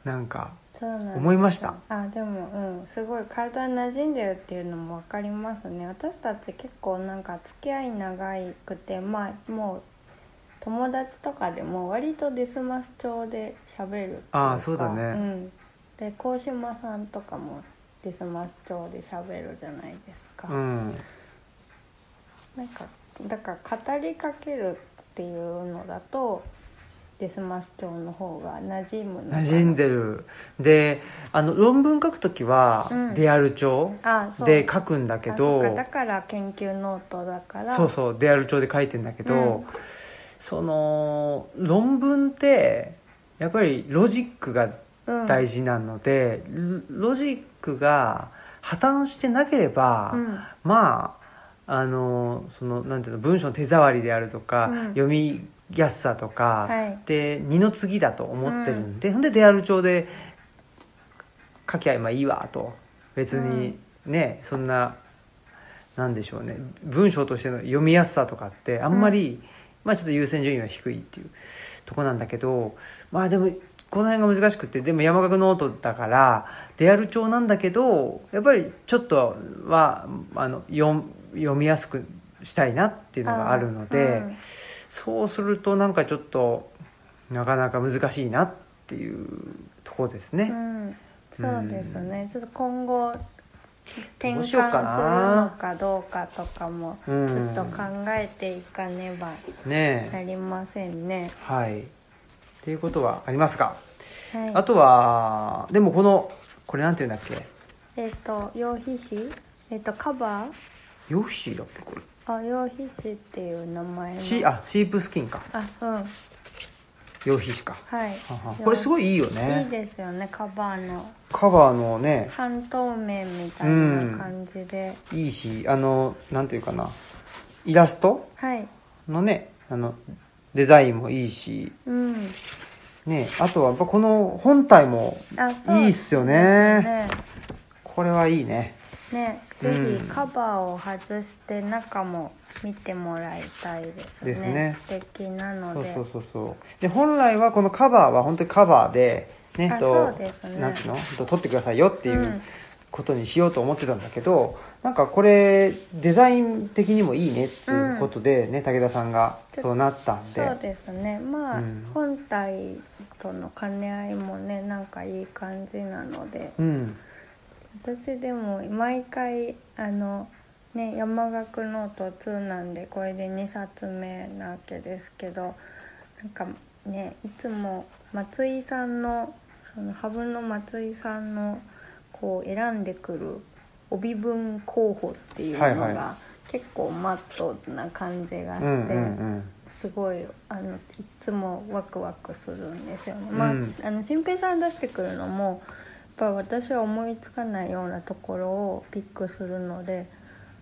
S1: なんか
S2: そうなんです
S1: 思いました
S2: あでもうんすごい体に馴染んでるっていうのも分かりますね私たち結構なんか付き合い長くてまあもう友達とかでも割とデスマス調で喋る
S1: あーそうだね
S2: うん、で鴻島さんとかもデスマス調で喋るじゃないですか、
S1: うん
S2: なんかだから語りかけるっていうのだとデスマス調の方が馴染むのかな
S1: 馴染んでるであの論文書くときは
S2: うん
S1: デアル帳
S2: あそう
S1: で書くんだけど、
S2: あそっかだから研究ノートだから
S1: そうそうデアル帳で書いてんだけど、
S2: うん
S1: その論文ってやっぱりロジックが
S2: うん
S1: 大事なので、ロロジックが破綻してなければ、
S2: うん
S1: まああのそのなんていうの文章の手触りであるとか、
S2: うん
S1: 読みやすさとか、
S2: はい
S1: で二の次だと思ってるんで、ほんでデアル帳で書きゃまあいいわと別にね、そんななんでしょうね文章としての読みやすさとかってあんまり、まあちょっと優先順位は低いっていうとこなんだけどまあでもこの辺が難しくてでも山岳ノートだからデアル帳なんだけどやっぱりちょっとはあの読読みやすくしたいなっていうのがあるので、
S2: うん
S1: そうするとなんかちょっとなかなか難しいなっていうところですね。
S2: うんそうですねちょっと今後転
S1: ど
S2: 換
S1: う
S2: す
S1: し
S2: る
S1: よ
S2: の
S1: うかな
S2: かどうかとかもず
S1: うん
S2: っと考えていかねば
S1: ね
S2: なりませんね、
S1: はい。っていうことはありますか、
S2: はい、
S1: あとは、でもこの、これなんて言うんだっけ
S2: えっ、と羊皮紙えっ、とカバー
S1: ヨッシーだっけこれ。
S2: あ羊皮紙っていう名前の
S1: シー、あ、シープスキンか。
S2: あうん
S1: ヨッシーか。
S2: はい
S1: ははこれすごいいいよ
S2: いい
S1: ね。
S2: ですよねカバーの
S1: カバーのね、
S2: 半透明みたいな感じで、
S1: いいし、あの、なんていうかな、イラスト
S2: はい
S1: のね、あの、デザインもいいし、
S2: うん
S1: ね、あとはやっぱこの本体も
S2: あそう
S1: いいっすよね。
S2: ね
S1: これはいいね。
S2: ね
S1: うん
S2: ぜひカバーを外して中も見てもらいたいですね
S1: ですね
S2: 素敵なの
S1: そう
S2: で
S1: そうそうそうで本来はこのカバーは本当にカバーでね
S2: あ
S1: と
S2: そうですね
S1: なんていうのと取ってくださいよっていううんことにしようと思ってたんだけど、なんかこれデザイン的にもいいねっつうことでね、武田さんがそうなったんで
S2: そうですねまあ、
S1: うん
S2: 本体との兼ね合いもねなんかいい感じなので
S1: うん
S2: 私でも毎回あのね山岳ノート2なんでこれで2冊目なわけですけどなんかねいつも松井さんのそのハブの松井さんのこう選んでくる帯文候補っていうの
S1: はい
S2: が
S1: は
S2: 結構マットな感じがし
S1: うん
S2: て。
S1: うん
S2: すごいあのいつもワクワクするんですよね。まあ、
S1: うん
S2: あの新平さん出してくるのもやっぱ私は思いつかないようなところをピックするので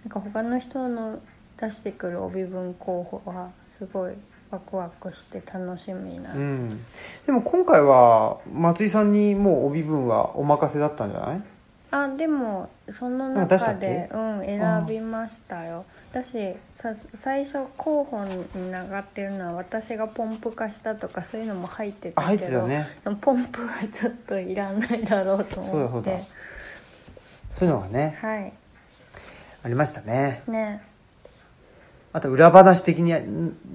S2: なんか他の人の出してくる帯文候補はすごいワクワクして楽しみな、
S1: うんうんでも今回は松井さんにもう帯分はお任せだったんじゃない
S2: あでもその
S1: なんか出した
S2: 中
S1: っけ
S2: でうん選びましたよだしさ最初候補に上がってるのは私がポンプ化したとかそういうのも入って
S1: あ
S2: た
S1: 入っ
S2: け
S1: て
S2: ど
S1: たね
S2: でもポンプはちょっといらないだろうと思っ
S1: そうだ
S2: て
S1: そそういうのがね
S2: はい
S1: ありましたね
S2: ね
S1: あと裏話的に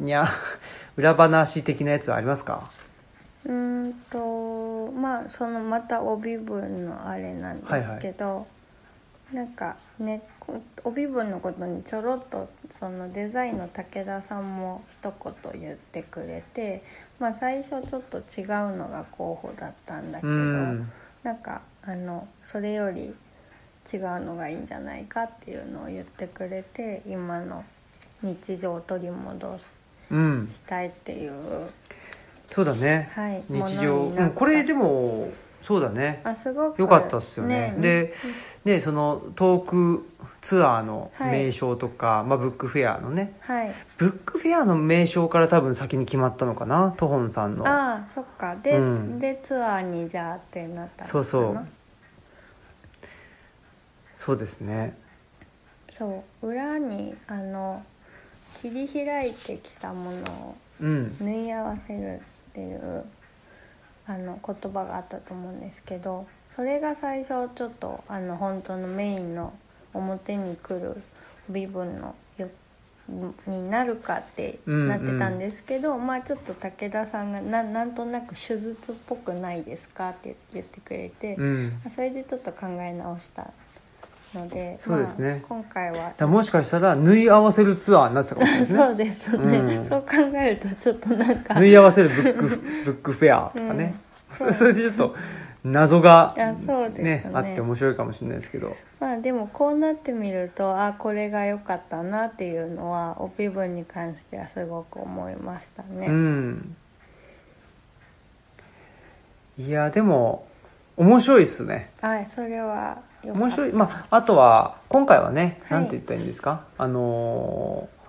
S1: にゃ 裏話的なやつはありますか
S2: うーんとまあそのまた帯分のあれなんですけど、なんかねこ帯分のことにちょろっとそのデザインの武田さんも一言言ってくれて、まあ、最初ちょっと違うのが候補だったんだけ
S1: う
S2: ど、
S1: ん
S2: なんかあのそれより違うのがいいんじゃないかっていうのを言ってくれて今の日常を取り戻し
S1: うん
S2: したいっていう
S1: そうだね、
S2: はい
S1: 日常、
S2: ものにな
S1: う
S2: った
S1: ん、これでもそうだね
S2: あすごく
S1: よかったっすよね
S2: え
S1: でねそのトークツアーの
S2: はい
S1: 名称とか、まあ、ブックフェアのね
S2: はい
S1: ブックフェアの名称から多分先に決まったのかなトホンさんの
S2: ああそっかで、
S1: うん
S2: でツアーにじゃあってなったのかな
S1: そうそうそうですね
S2: そう裏にあの切り開いてきたものを
S1: うん
S2: 縫い合わせるっていうあの言葉があったと思うんですけどそれが最初ちょっとあの本当のメインの表に来る帯分のよになるかってなってたんですけど、まあちょっと武田さんがななんとなく手術っぽくないですかって言ってくれて、
S1: うん
S2: それでちょっと考え直したので
S1: そうですね
S2: まあ今回は
S1: だからもしかしたら縫い合わせるツアーになってたかもしれないですね
S2: そうです そうね、
S1: うん
S2: そう考えるとちょっとなんか
S1: 縫い合わせるブ ックブックフェアとかね、そ れそれでちょっと謎が
S2: あそうですね
S1: あって面白いかもしれないですけど
S2: まあでもこうなってみるとあこれが良かったなっていうのはオピブンに関してはすごく思いましたね、
S1: うんいやでも面白いっすね
S2: はいそれは良か
S1: 面
S2: った
S1: 白いまああとは今回はね
S2: は
S1: な
S2: い
S1: んて言ったらいいんですか、あのー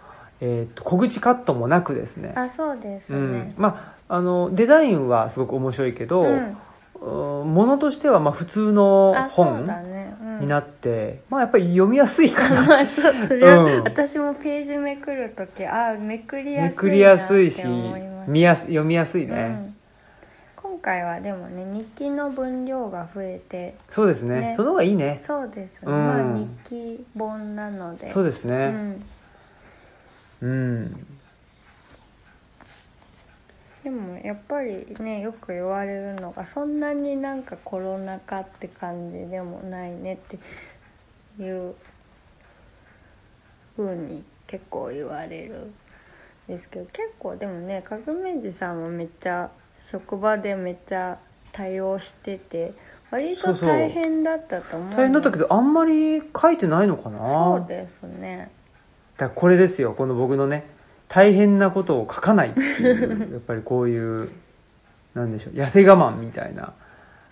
S1: えーっと小口カットもなくですね
S2: あそうです
S1: う
S2: ね、
S1: ん、まああのデザインはすごく面白いけど、
S2: うん
S1: うんものとしてはまあ普通の
S2: あそう
S1: 本
S2: だね、うん、
S1: になって、まあやっぱり読みやすいかな
S2: ま あそうそれは、
S1: うん
S2: 私もページめくるときあめくりやすいな
S1: め
S2: って
S1: くりやすいし
S2: 思います
S1: 見やす読みやすいね、
S2: うん、今回はでもね日記の分量が増えて
S1: そうですね
S2: ね
S1: その方がいいね
S2: そうです、ね
S1: うん
S2: まあ日記本なので
S1: そうです
S2: う
S1: ね
S2: ん、
S1: うん、
S2: でもやっぱりねよく言われるのがそんなになんかコロナ禍って感じでもないねっていう風に結構言われるんですけど結構でもね革命児さんもめっちゃ職場でめっちゃ対応してて割
S1: そ
S2: と
S1: うそう
S2: 大変だったと思う
S1: 大変だったけ
S2: ど
S1: どあんまり書いてないのかな
S2: そうですね
S1: だからこれですよこの僕のね大変なことを書かないっていう やっぱりこういうなんでしょう痩せ我慢みたいな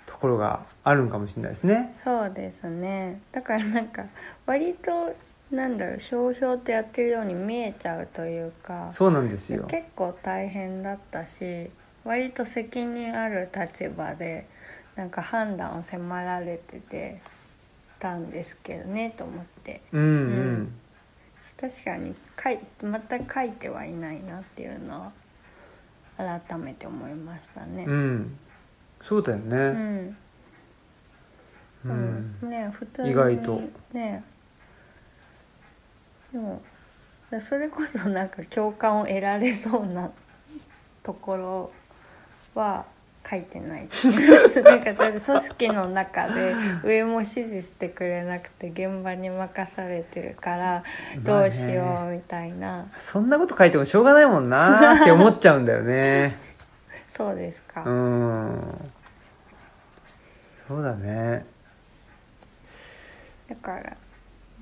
S1: ところがあるんかもしれないですね
S2: そうですねだからなんか割となんだろうひょうひょうとやってるように見えちゃうというか
S1: そうなんですよ
S2: 結構大変だったし割と責任ある立場でなんか判断を迫られててたんですけどねと思って
S1: うんうん、
S2: うん確かに書い全く書いてはいないなっていうのは改めて思いましたね。
S1: うん、そうだよね、
S2: うん
S1: うん
S2: うん、ね普通に
S1: 意外と
S2: ねでもそれこそなんか共感を得られそうなところは書いてないなんかだって組織の中で上も指示してくれなくて現場に任されてるからどうしようみたいな、
S1: そんなこと書いてもしょうがないもんな ーって思っちゃうんだよ ね
S2: そうですか、
S1: うんそうだね
S2: だから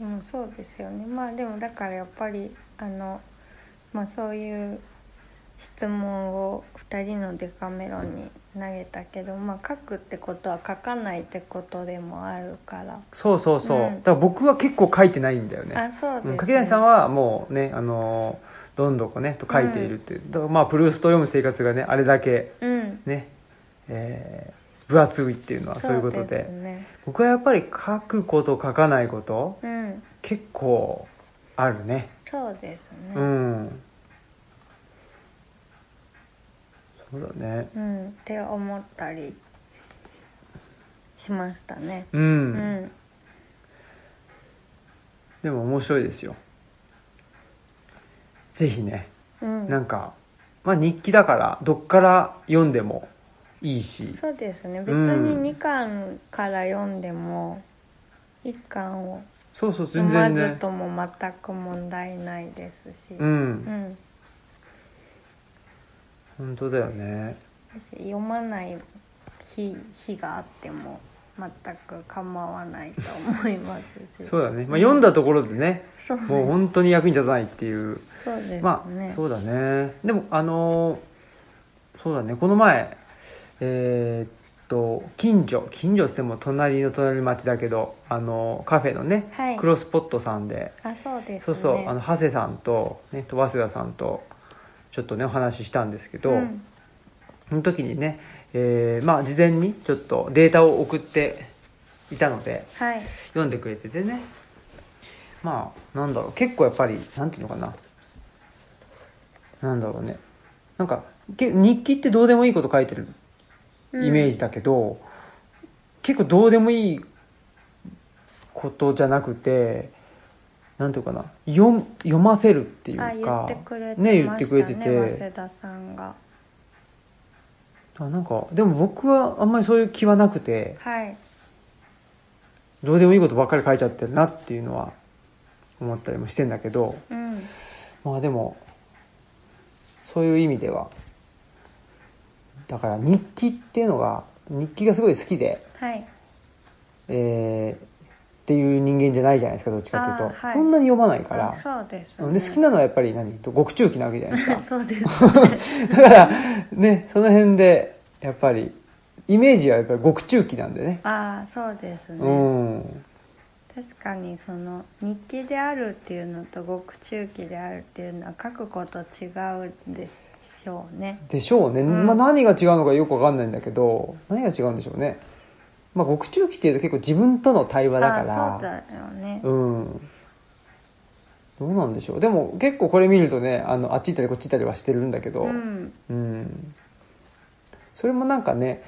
S2: うんそうですよねまあでもだからやっぱりあのまあそういう質問を2人のデカメロンに投げたけどまあ書くってことは書かないってことでもあるから、
S1: そうそうそう、
S2: うん
S1: だから僕は結構書いてないんだよね
S2: あそうです
S1: う
S2: ね
S1: ん柿谷さんはもうねあのーどんどこねと書いているっていう、だからまあプルーストを読む生活がねあれだけ
S2: うん
S1: ね、えー分厚いっていうのはそういうことで
S2: ですね
S1: 僕はやっぱり書くこと書かないこと
S2: うん
S1: 結構あるね
S2: そうですね
S1: うんそうだね
S2: うん、って思ったりしましたね
S1: うん、
S2: うん
S1: でも面白いですよぜひね
S2: うん
S1: なんか、まあ、日記だからどっから読んでもいいし
S2: そうですね別
S1: うん
S2: に2巻から読んでも1巻を
S1: そうそう全
S2: 読ま
S1: 然
S2: ず
S1: ね
S2: とも全く問題ないですし、
S1: う
S2: うんん、
S1: 本当だよね
S2: だし読まない日日があっても全く構わないと思いますし
S1: そうだね、まあ、読んだところでね
S2: そう
S1: もう本当に役に立たないっていう
S2: そうですね、
S1: まあそうだねでもあのーそうだねこの前えーっと近所近所っつっても隣の隣町だけどあのーカフェのね、
S2: はい
S1: クロスポットさんで
S2: あそうですね
S1: そうそうあの長谷さんと,、ね、と早稲田さんとちょっとねお話ししたんですけど、
S2: うん
S1: その時にね、えーまあ、事前にちょっとデータを送っていたので
S2: はい
S1: 読んでくれててねまあなんだろう結構やっぱりなんていうのかななんだろうねなんかけ日記ってどうでもいいこと書いてるイメー
S2: ジ
S1: ジだけど、結構どうでもいいことじゃなくてなんていうかな読読ませるっていう
S2: あ言
S1: か
S2: ってくれてました
S1: ね
S2: ね
S1: 言ってくれて
S2: 早稲
S1: て
S2: 田さんが
S1: あなんかでも僕はあんまりそういう気はなくて
S2: はい
S1: どうでもいいことばっかり書いちゃってるなっていうのは思ったりもしてんだけど
S2: うん
S1: まあでもそういう意味ではだから日記っていうのが日記がすごい好きで
S2: はい
S1: えーっていう人間じゃないじゃないですかどっちかという
S2: あ
S1: と、
S2: ーはい
S1: そんなに読まないから
S2: あ、そうです、
S1: うんで好きなのはやっぱり何極中期なわけじゃないですか
S2: そうです
S1: だから ねその辺でやっぱりイメージはやっぱり極中期なんでね
S2: ああそうですね、
S1: うん
S2: 確かにその日記であるっていうのと獄中記であるっていうのは書くこと違うんでしょうね
S1: でしょうね、
S2: ん
S1: まあ、何が違うのかよくわかんないんだけど何が違うんでしょうね、まあ、極中期っていうと結構自分との対話だか
S2: あそう
S1: ら
S2: だよね、
S1: うんどうなんでしょうでも結構これ見るとねあのあっち行ったりこっち行ったりはしてるんだけど、
S2: うん、
S1: うんそれもなんかね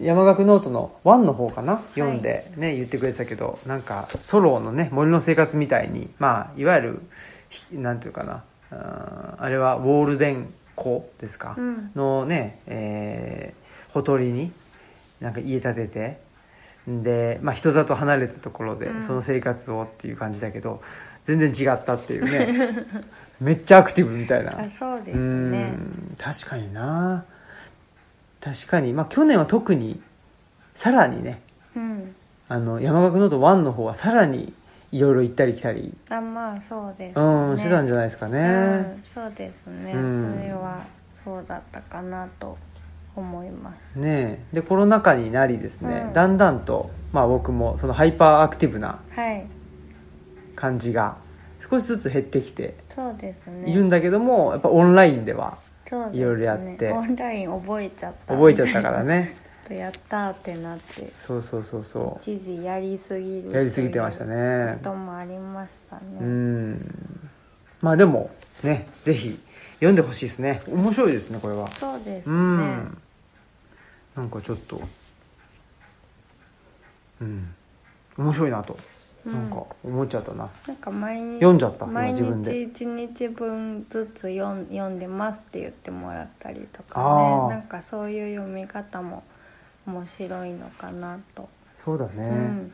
S1: 山岳ノートの1の方かな読んで、ね言ってくれてたけどなんかソロのね森の生活みたいにまあいわゆるひなんていうかなあーあれはウォールデン湖ですか、
S2: うん
S1: のね、えーほとりになんか家建ててで、まあ、人里離れたところで
S2: うん
S1: その生活をっていう感じだけど、全然違ったっていう ねめっちゃアクティブみたいな
S2: あそうで
S1: う
S2: すね
S1: ん確かにな確かにまあ去年は特にさらにね
S2: うん
S1: あの山岳ノート1の方はさらにいろいろ行ったり来たり
S2: あまあそうです、ね、
S1: うん、してたんじゃないですか
S2: う
S1: ね、
S2: ん、そうですね、
S1: うん
S2: それはそうだったかなと思います
S1: ねえでコロナ禍になりですね、
S2: うん
S1: だんだんと、まあ、僕もそのハイパーアクティブな
S2: はい
S1: 感じが少しずつ減ってきて
S2: そうですね
S1: いるんだけども、やっぱオンラインでは
S2: そうですね
S1: いろいろやって
S2: オンライン覚えちゃった
S1: 覚えちゃったからね
S2: ちょっとやったーってなって
S1: そうそうそうそ
S2: 一時やりすぎる
S1: うやりすぎてました
S2: とい
S1: ね
S2: うこともありましたね、
S1: うんまあでもねぜひ読んでほしいですね面白いですねこれは
S2: そうです
S1: う
S2: ね、
S1: んなんかちょっとうん面白いなと
S2: うん
S1: なんか思っちゃったな、
S2: なんか毎日
S1: 読んじゃった今
S2: 毎
S1: 自分で
S2: 日一日分ずつ読ん読んでますって言ってもらったりと
S1: あ
S2: か
S1: ー
S2: ねなんかそういう読み方も面白いのかなと、
S1: そうだ
S2: う
S1: ね
S2: ん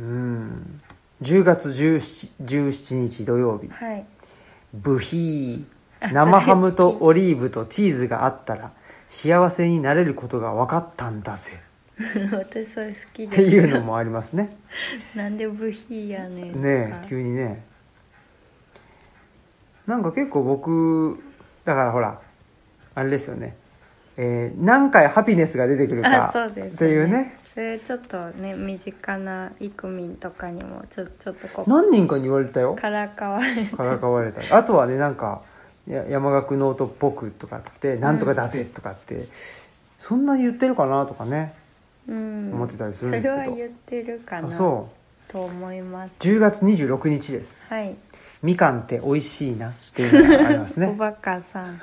S1: うん、10月 17, 17日土曜日
S2: はい
S1: ブヒー生ハム とオリーブとチーズがあったら幸せになれることが分かったんだぜ
S2: 私それ好き
S1: って
S2: で
S1: いう
S2: す
S1: のもあります ね
S2: なんで部費やねんとか
S1: ねえ急にねなんか結構僕だからほらあれですよね、えー何回ハピネスが出てくるか
S2: あそうです、ね、
S1: っていうね
S2: それちょっとね身近なイクミンとかにもちょちょっとこ
S1: 何人かに言われたよ
S2: うからかわれて
S1: からかわれ たあとはねなんかや山岳ノートっぽくとかっつって「なんとかだぜ」とかって、そんな言ってるかなとかね
S2: うん
S1: 思ってたりするんですけど
S2: それは言ってるか
S1: あ
S2: な
S1: そ
S2: と思います
S1: う10月26日です
S2: はい、
S1: 「みかんって美味しいな」っていうのがあり ます
S2: お
S1: ね
S2: バカさん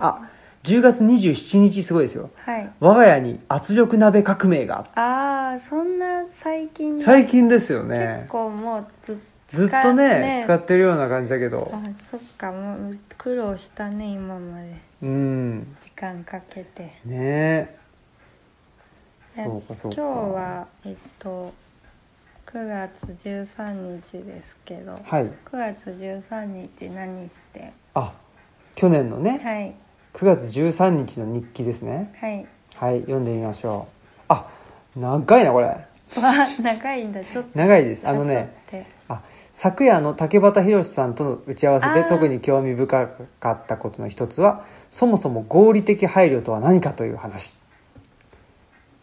S1: あ10月27日すごいですよ
S2: はい
S1: 我が家に圧力鍋革命があった
S2: ああそんな最近の
S1: 最近ですよ
S2: 結
S1: ね
S2: 構もうず
S1: ずっとね使
S2: っ
S1: ってるような感じだけど
S2: あそっかもう苦労したね今まで
S1: うん
S2: 時間かけて
S1: ねえ
S2: え
S1: そうかそう
S2: 今
S1: か
S2: 日はえっと9月13日ですけど
S1: はい
S2: 9月13日何して
S1: あ去年のね、
S2: はい
S1: 9月13日の日記ですね
S2: はい
S1: はい読んでみましょうあ長いなこれ
S2: わ長いんだちょっと
S1: 長いですあのね
S2: ちょっと待って
S1: あ昨夜の竹俣宏さんとの打ち合わせ
S2: あ
S1: で
S2: ー
S1: 特に興味深かったことの一つはそもそも合理的配慮とは何かという話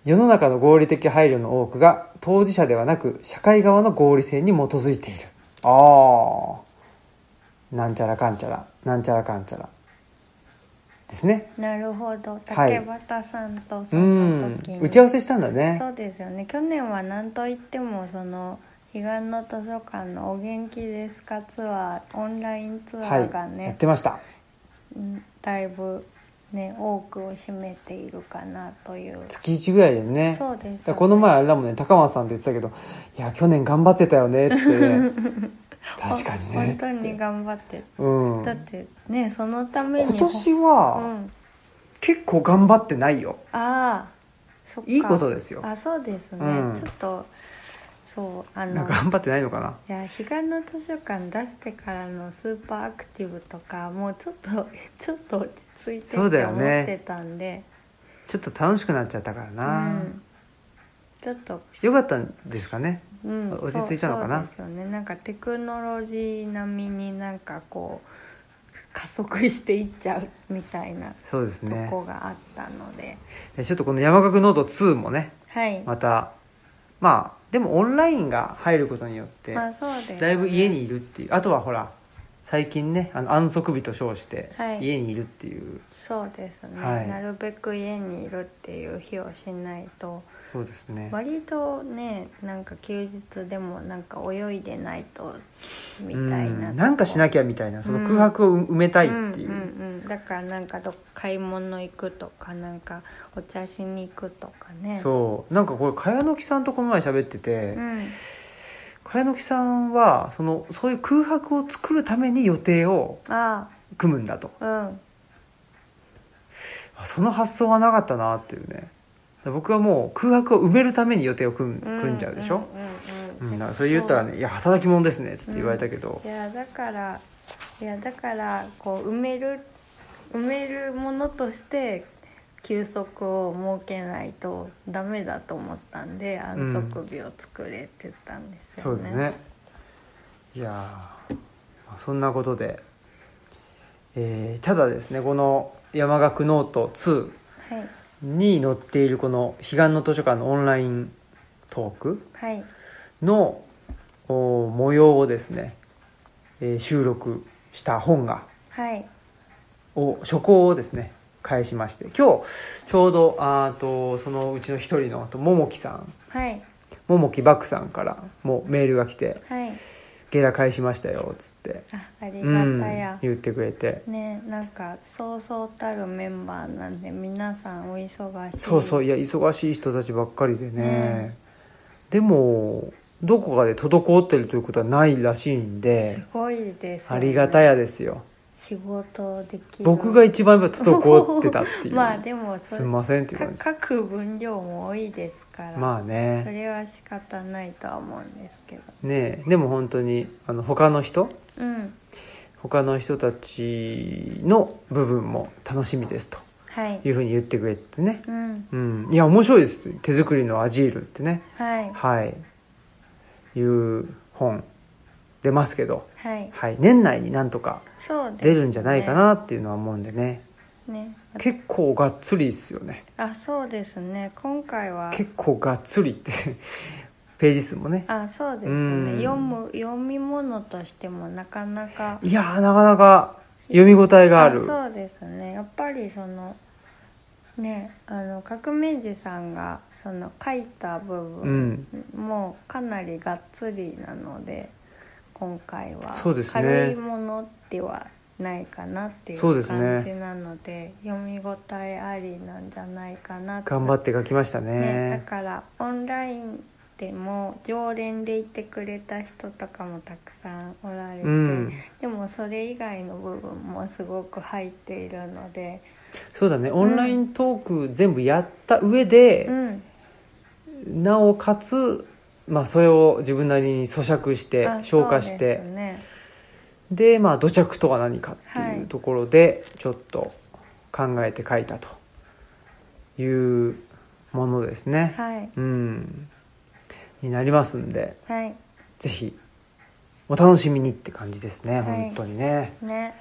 S1: 世の中の合理的配慮の多くが当事者ではなく社会側の合理性に基づいているああなんちゃらかんちゃらなんちゃらかんちゃらですね
S2: なるほど
S1: はい
S2: 竹俣さんと
S1: う
S2: その
S1: ん
S2: 時に、
S1: 打ち合わせしたんだね
S2: そうですよね去年は何といってもその彼岸の図書館の「お元気ですか」ツアーオンラインツア
S1: は
S2: ーが
S1: い、やっ
S2: ね、
S1: てました
S2: うんだいぶね多くを占めているかなという
S1: 月1ぐらいでね
S2: そうで
S1: だ
S2: す
S1: からこの前あれだもんね高松さんと言ってたけど「いや去年頑張ってたよ ね」っつってね「確かにね」っ
S2: 本
S1: つ
S2: 当
S1: っ
S2: に
S1: て、
S2: 頑張って
S1: うん、
S2: だってねそのために
S1: 今年
S2: う
S1: は
S2: ん、
S1: 結構頑張ってないよ、
S2: ああそっか
S1: いいことですよ
S2: あそうですね、
S1: うん
S2: ちょっとそうあ
S1: な
S2: の
S1: んか頑張ってないのかない
S2: や彼岸の図書館出してからのスーパーアクティブとかもうちょっと ちょっと落ち着いてって
S1: そ
S2: 思っ
S1: うだよね
S2: てたんで
S1: ちょっと楽しくなっちゃったから
S2: う
S1: な、
S2: ん、ちょっと、
S1: よかったんですかね
S2: うん、
S1: 落ち着いたのかな
S2: そうそうですよねなんかテクノロジー並みになんかこう加速していっちゃうみたいな
S1: そうです
S2: と
S1: ね
S2: こがあったので、
S1: でちょっとこの山岳ノート2もね
S2: はい
S1: またまあでもオンラインが入ることによって
S2: まあそうです、
S1: だいぶ家にいるっていうあとはほら最近ねあの安息日と称して
S2: はい
S1: 家にいるっていう、
S2: そうですね、
S1: はい
S2: なるべく家にいるっていう日をしないと
S1: そうですね
S2: 割とねなんか休日でもなんか泳いでないとみたいな
S1: うんなんかしな
S2: き
S1: きゃみたいなその
S2: うん
S1: 空白を埋めた
S2: ゃ
S1: いっていう、
S2: んうんうん、だからなんかどっか買い物行くとかなんかお茶しに行くとかねう、
S1: そうなんかこれ茅野木さんとこの前喋ってて、
S2: ん、
S1: 茅野木さんはそのそういう空白を作るために予定を
S2: あ
S1: 組むんだと
S2: あうん
S1: あその発想はなかったなっていうね僕はもう空白を埋めるために予定を組ん組んじゃうでしょ、
S2: う
S1: うん
S2: うんうんん、
S1: だからそれ言ったらね「いや働き者ですね」っつって言われたけど、
S2: いやだからいやだからこう埋める埋めるものとして休息を設けないとダメだと思ったんで安息日を作れって言ったんです
S1: そ
S2: よ
S1: う
S2: ね。
S1: だねいやーまあそんなことで、えーただですねこの「山岳ノート2
S2: はい」
S1: に載っているこの「彼岸の図書館」のオンライントーク
S2: はい
S1: のお模様をですね、えー収録した本が
S2: はい
S1: を書稿をですね返しまして今日ちょうどあーとそのうちの一人のと桃木さん
S2: はい
S1: 桃木バクさんからもメールが来て
S2: はい
S1: 「ゲラ返しましたよ」っつって
S2: ああり
S1: う
S2: が
S1: ん
S2: たや。
S1: 言ってくれて
S2: ねなんかそうそうたるメンバーなんで皆さんお忙しい
S1: そうそういや忙しい人たちばっかりでね、でもどこかで滞ってるということはないらしいん
S2: す
S1: で
S2: ごいです、
S1: ありがたやですよ
S2: 仕事できる
S1: 僕が一番今滞ってたっていう
S2: まあでもそ
S1: す
S2: れ
S1: んませんっていう
S2: か
S1: 感じ
S2: 書く分量も多いですから、
S1: まあ
S2: そ
S1: ね
S2: れは仕方ないとは思うんですけど
S1: ねえでも本当にあの他の人
S2: うん
S1: 他の人たちの部分も楽しみですと
S2: はい
S1: いうふうに言ってくれててね
S2: うん
S1: うんいや面白いです手作りのアジールってね
S2: はい
S1: はい、いう本出ますけど、
S2: はい
S1: はい、年内になんとか
S2: そうです、ね、
S1: 出るんじゃないかなっていうのは思うんでね
S2: ね
S1: 結構がっつりっすよね
S2: あそうですね今回は
S1: 結構がっつりって ページ数もね
S2: あそうで
S1: う
S2: す
S1: ん
S2: ね読む読み物としてもなかなか
S1: いやーなかなか読み応えがある
S2: そうですねやっぱりそのねあの革命児さんがその書いた部
S1: う
S2: 分
S1: ん
S2: もうかなりがっつりなので今回は
S1: そうですね
S2: 軽いものではないかなっていう
S1: そうですね
S2: 感じなので読み応えありなんじゃないかな
S1: 頑張って書きましたね
S2: ねだからオンラインでも常連でいてくれた人とかもたくさんおられて、
S1: うん
S2: でもそれ以外の部分もすごく入っているので、
S1: そうだねオンライントーク全部やった上で
S2: う、ん、
S1: なおかつ、まあ、それを自分なりに咀嚼して
S2: あ
S1: 消化して
S2: そうですね
S1: でまあ土着とは何かって
S2: はいいう
S1: ところでちょっと考えて書いたというものですね、
S2: はい
S1: うんになりますんで
S2: はい
S1: ぜひお楽しみにって感じですね、
S2: はい
S1: 本当にね
S2: ね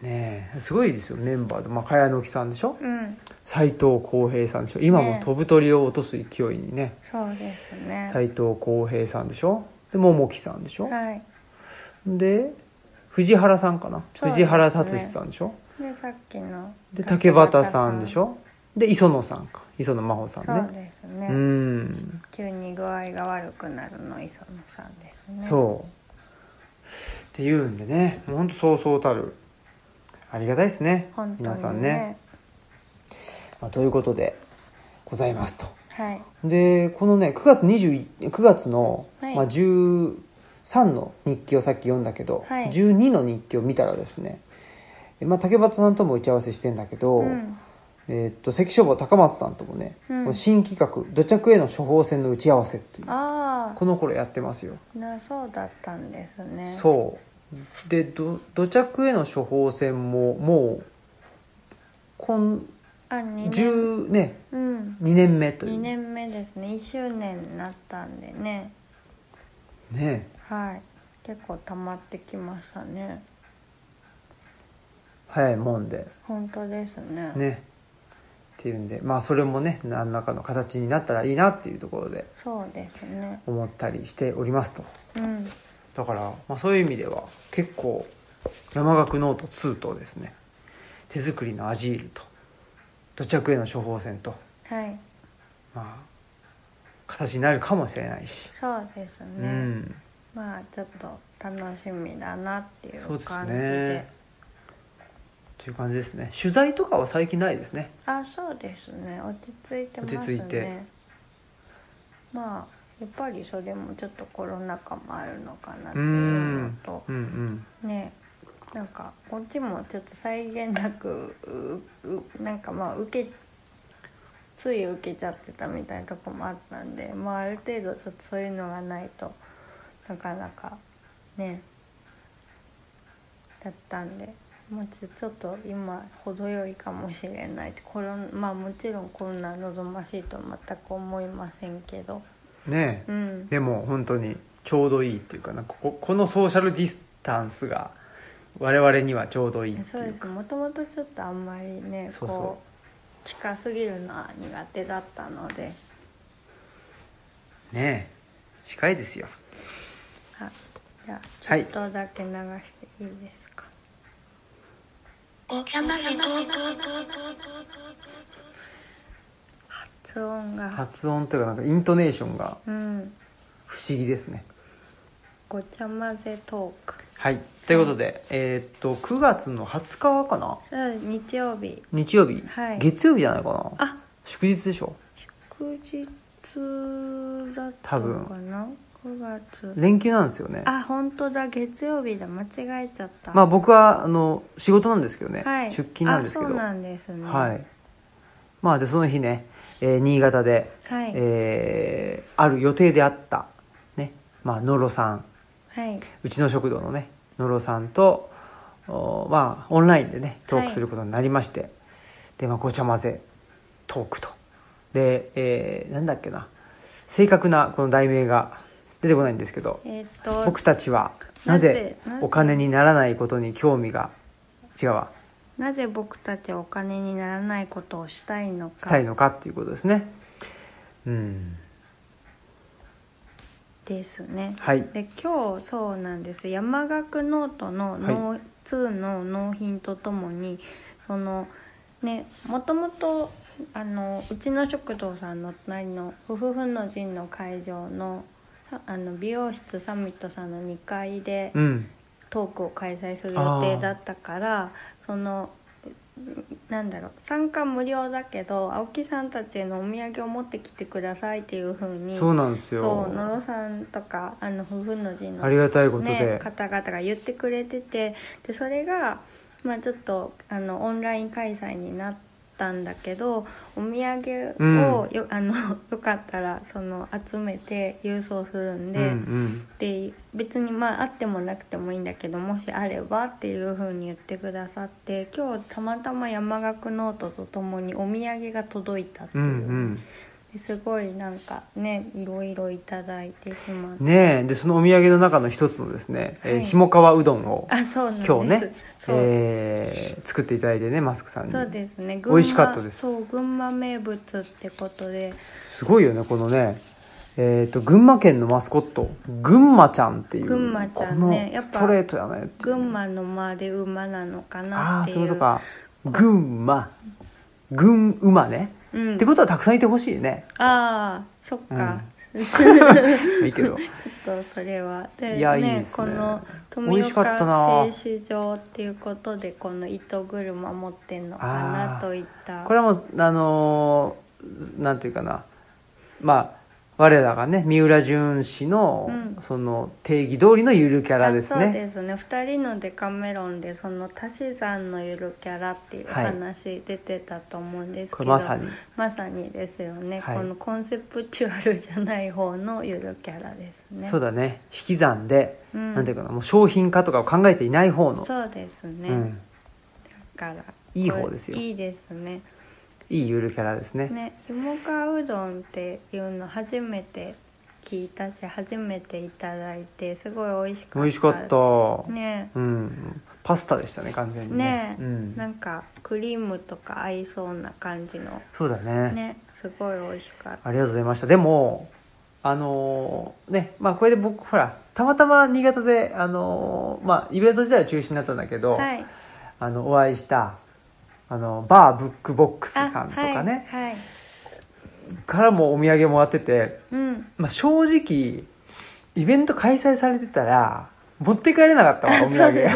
S1: ねえすごいですよメンバーで、まあ、茅野木さんでしょ
S2: うん
S1: 斎藤浩平さんでしょ今も
S2: ね
S1: 飛ぶ鳥を落とす勢いにね
S2: そうですね
S1: 斎藤浩平さんでしょで桃木さんでしょ、
S2: はい
S1: で藤原さんかな、
S2: そうです
S1: 藤
S2: ね
S1: 原達史さんでしょ
S2: でさっきの
S1: で竹畑さんでしょで磯野さんか磯野真帆さん
S2: そう
S1: ね
S2: ですね、
S1: うん
S2: 急に具合が悪くなるの磯野さんですね
S1: そうっていうんでねもうほんとそうそうたるありがたいですね
S2: 本当に、ね、
S1: 皆さんね、まあ、ということでございますと
S2: はい
S1: でこのね9月21 9月の、
S2: はい
S1: まあ、13の日記をさっき読んだけど、
S2: はい
S1: 12の日記を見たらですね、まあ、竹俣さんとも打ち合わせしてんだけど、
S2: うん
S1: えーっと関書房高松さんともね、
S2: うん
S1: この新企画「土着への処方箋の打ち合わせ」っていう
S2: あ
S1: この頃やってますよ、
S2: あなそうだったんですねう
S1: そうでど土着への処方箋ももうこん
S2: あ2年
S1: 10ね
S2: うん
S1: 2年目という
S2: 2年目ですね1周年になったんでね
S1: ね
S2: はい結構溜まってきましたね
S1: 早いもんで
S2: 本当ですね
S1: ねっていうんでまあそれもね何らかの形になったらいいなっていうところで
S2: そうですね
S1: 思ったりしておりますと
S2: うん
S1: だから、まあ、そういう意味では結構山岳ノート2とですね手作りのアジールと土着への処方箋と
S2: はい
S1: まあ形になるかもしれないし、
S2: そうですね、
S1: うん
S2: まあちょっと楽しみだなってい
S1: そう
S2: う
S1: です
S2: 感じで
S1: ねという感じですね取材とかは最近ないですね
S2: あそうですね落ち着いてますね
S1: 落ち着いて
S2: まあやっぱりそれもちょっとコロナ禍もあるのかなって
S1: う
S2: いうの
S1: ん
S2: と
S1: うんうん
S2: ねなんかこっちもちょっと際限なくううなんかまあ受けつい受けちゃってたみたいなとこもあったんで、まあ、ある程度ちょっとそういうのがないとなかなかねだったんでもうちょちょっと今程よいかもしれないってコロナまあもちろんコロナ望ましいとは全く思いませんけど
S1: ねえ
S2: うん
S1: でも本当にちょうどいいっていうかなんかここのソーシャルディスタンスが我々にはちょうどいいって
S2: そう
S1: い
S2: で
S1: う
S2: す
S1: か
S2: もともとちょっとあんまりね
S1: そうそう
S2: こう近すぎるのは苦手だったので
S1: ねえ近いですよ
S2: あじゃ
S1: は
S2: あちょ
S1: い
S2: っとだけ流していいですか、
S3: お邪魔し
S2: 発音が
S1: 発音というかなんかイントネーションが
S2: うん
S1: 不思議ですね
S2: ごちゃ混ぜトーク
S1: はいということで、えーっと9月の20日かな
S2: うん日曜日
S1: 日曜日、
S2: はい
S1: 月曜日じゃないかな
S2: あ
S1: 祝日でしょ
S2: 祝日だったのかな9月
S1: 連休なんですよね
S2: あ本当だ月曜日だ間違えちゃった
S1: まあ僕はあの仕事なんですけどね、
S2: はい、
S1: 出勤なんですけ
S2: あ
S1: ど
S2: そうなんですね
S1: はいまあでその日ね、えー新潟で、
S2: はい
S1: えーある予定であったねまあ野呂さん
S2: はい、
S1: うちの食堂のね野呂さんとおまあオンラインでねトークすることになりまして、でまあごちゃ混ぜトークとで、えーなんだっけな正確なこの題名が出てこないんですけど
S2: えーっと
S1: 僕たちはな
S2: な
S1: ぜ
S2: ぜ
S1: お金にならないことに興味が違うわ
S2: なぜ僕たちはお金にならないことをしたいのか
S1: したいのかっていうことですねうん
S2: ですね。
S1: はい
S2: で今日そうなんです山岳ノートの納、2の納品とともにそのねもともとあのうちの食堂さんの隣の「ふふふの陣」の会場のさあの美容室サミットさんの2階で
S1: うん
S2: トークを開催する予定だったからそのなんだろう参加無料だけど青木さんたちへのお土産を持ってきてくださいっていうふうに
S1: そうなんですよ
S2: そう野呂さんとかあの夫婦の陣の、
S1: ありがたいことで、
S2: ね、方々が言ってくれててでそれが、まあ、ちょっとあのオンライン開催になったんだけどお土産をよ,、あのよかったらその集めて郵送するんで。
S1: うん
S2: で別にまああってもなくてもいいんだけどもしあればっていう風に言ってくださって今日たまたま山岳ノートとともにお土産が届いたって
S1: う
S2: い
S1: んう
S2: う、
S1: ん
S2: ですごいなんかねいろいろいただいてしまって、
S1: うんねえでそのお土産の中の一つのですね、えー
S2: はい
S1: ひもかわうどんを
S2: あそうなんです
S1: 今日ね、
S2: そう、
S1: えー作っていただいてねマスクさんに
S2: そうですね
S1: 美味しかったです
S2: そう群馬名物ってことです
S1: ごいよねこのねえー、と群馬県のマスコット群馬ちゃんっていう
S2: 群馬ちゃんね
S1: こ
S2: や
S1: の
S2: っぱ
S1: ストレートやね
S2: 群馬の間で馬なのか
S1: あ
S2: な
S1: あ
S2: っ
S1: ー
S2: て
S1: そう
S2: い
S1: いううことか群馬群馬ね、
S2: うん
S1: ってことはたくさんいてほしいね
S2: ああそっか、
S1: いいけど
S2: ちょっとそれはで
S1: いや
S2: ね
S1: いいですね
S2: この
S1: 美
S2: 富
S1: 味しかったな
S2: 岡製糸場っていうことでこの糸車持ってんのかなといった
S1: これはもうあのーなんていうかなまあ我らがね三浦淳氏の、
S2: うん
S1: その定義通りのゆるキャラです
S2: あそう
S1: ね
S2: ですね2人のデカメロンでその足し算のゆるキャラっていう
S1: はい
S2: 話出てたと思うんですけど、
S1: これまさに
S2: まさにですよね、
S1: はい
S2: このコンセプチュアルじゃない方のゆるキャラですね
S1: そうだね引き算で、
S2: うん
S1: なんていうかなもう商品化とかを考えていない方の
S2: そうですね、
S1: うん、
S2: だから
S1: いい方ですよ
S2: いいですね
S1: いいゆるキャラですね
S2: ねいもかうどんっていうの初めて聞いたし初めていただいてすごい美味しかった
S1: 美味しかった、
S2: ね
S1: うんパスタでしたね完全にね
S2: ね、
S1: うん、
S2: なんかクリームとか合いそうな感じの
S1: そうだ
S2: ねすごい美味しかった
S1: ありがとうございました。でも、あのーね、まあこれで僕、ほら、たまたま新潟で、あのーまあイベント自体は中止になったんだけど、
S2: はい
S1: あの、お会いした、あの、バーブックボックスさんとかね、
S2: はい、はい、
S1: からもお土産もらってて、
S2: うん
S1: まあ正直、イベント開催されてたら、持って帰れなかったわ、お 土産。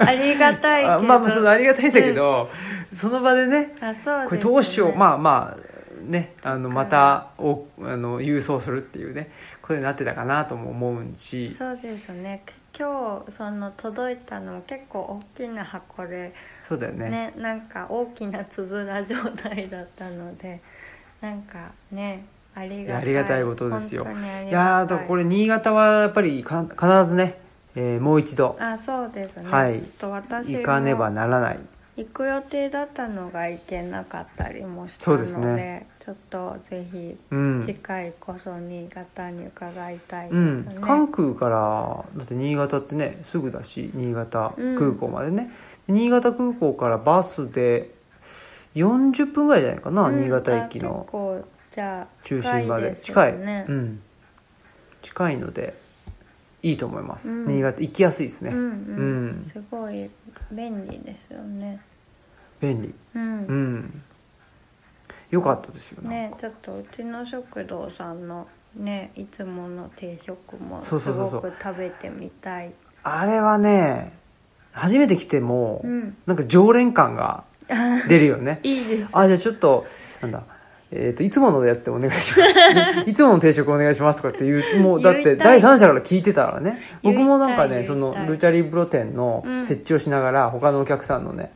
S2: ありがたいけ
S1: あ
S2: ど
S1: まあまあ、そのありがたいんだけど、その場でね、
S2: あそうですね
S1: これどうしよう、
S2: あ
S1: まあまあねあのまたおあの郵送するっていうねことになってたかなとも思うし
S2: そうですね今日その届いたのも結構大きな箱で
S1: そうだよね
S2: ねなんか大きなつづら状態だったのでなんかねあり
S1: い
S2: が
S1: や
S2: たい
S1: ありがたいことですよ
S2: 本当にあ
S1: い
S2: りがた
S1: やーだからこれ新潟はやっぱりか必ずね、えーもう一度
S2: あそうですね、
S1: はい
S2: ちょっと私
S1: 行
S2: も
S1: かねばならない
S2: 行く予定だったのが行けなかったりもしたので
S1: そうですね
S2: ちょっとぜひ
S1: うん、
S2: 次回こそ新潟に伺いたいです
S1: う
S2: ね、
S1: ん、関空からだって新潟ってねすぐだし新潟空港までね、新潟空港からバスで40分ぐらいじゃないかな、
S2: うん
S1: 新潟駅
S2: あ
S1: の
S2: 結構じゃあ
S1: 中心まで
S2: 近
S1: 近
S2: い
S1: い
S2: ですよね
S1: うん、近いのでいいと思います、
S2: うん
S1: 新潟行きやすいですね、
S2: うんうん
S1: うん
S2: すごい便利ですよね
S1: 便利
S2: うん
S1: うんよかったですよなんか、
S2: ねちょっとうちの食堂さんのねいつもの定食も
S1: そう
S2: す
S1: そうそうそ
S2: ご
S1: う
S2: く食べてみたい
S1: あれはね初めて来ても、
S2: うん
S1: なんか常連感が出るよ ね
S2: いいです
S1: あじゃあちょっとなんだえー、といつものやつでお願いし ますいいつもの定食お願いしますとかっていうもうだっ
S2: 言
S1: て
S2: いたい
S1: 第三者から聞いてたからね
S2: 言
S1: 僕
S2: いたい
S1: もなんか
S2: 言い
S1: ね
S2: たい
S1: そのルチャリブロ店の
S2: うん
S1: 設置をしながら他のお客さんのね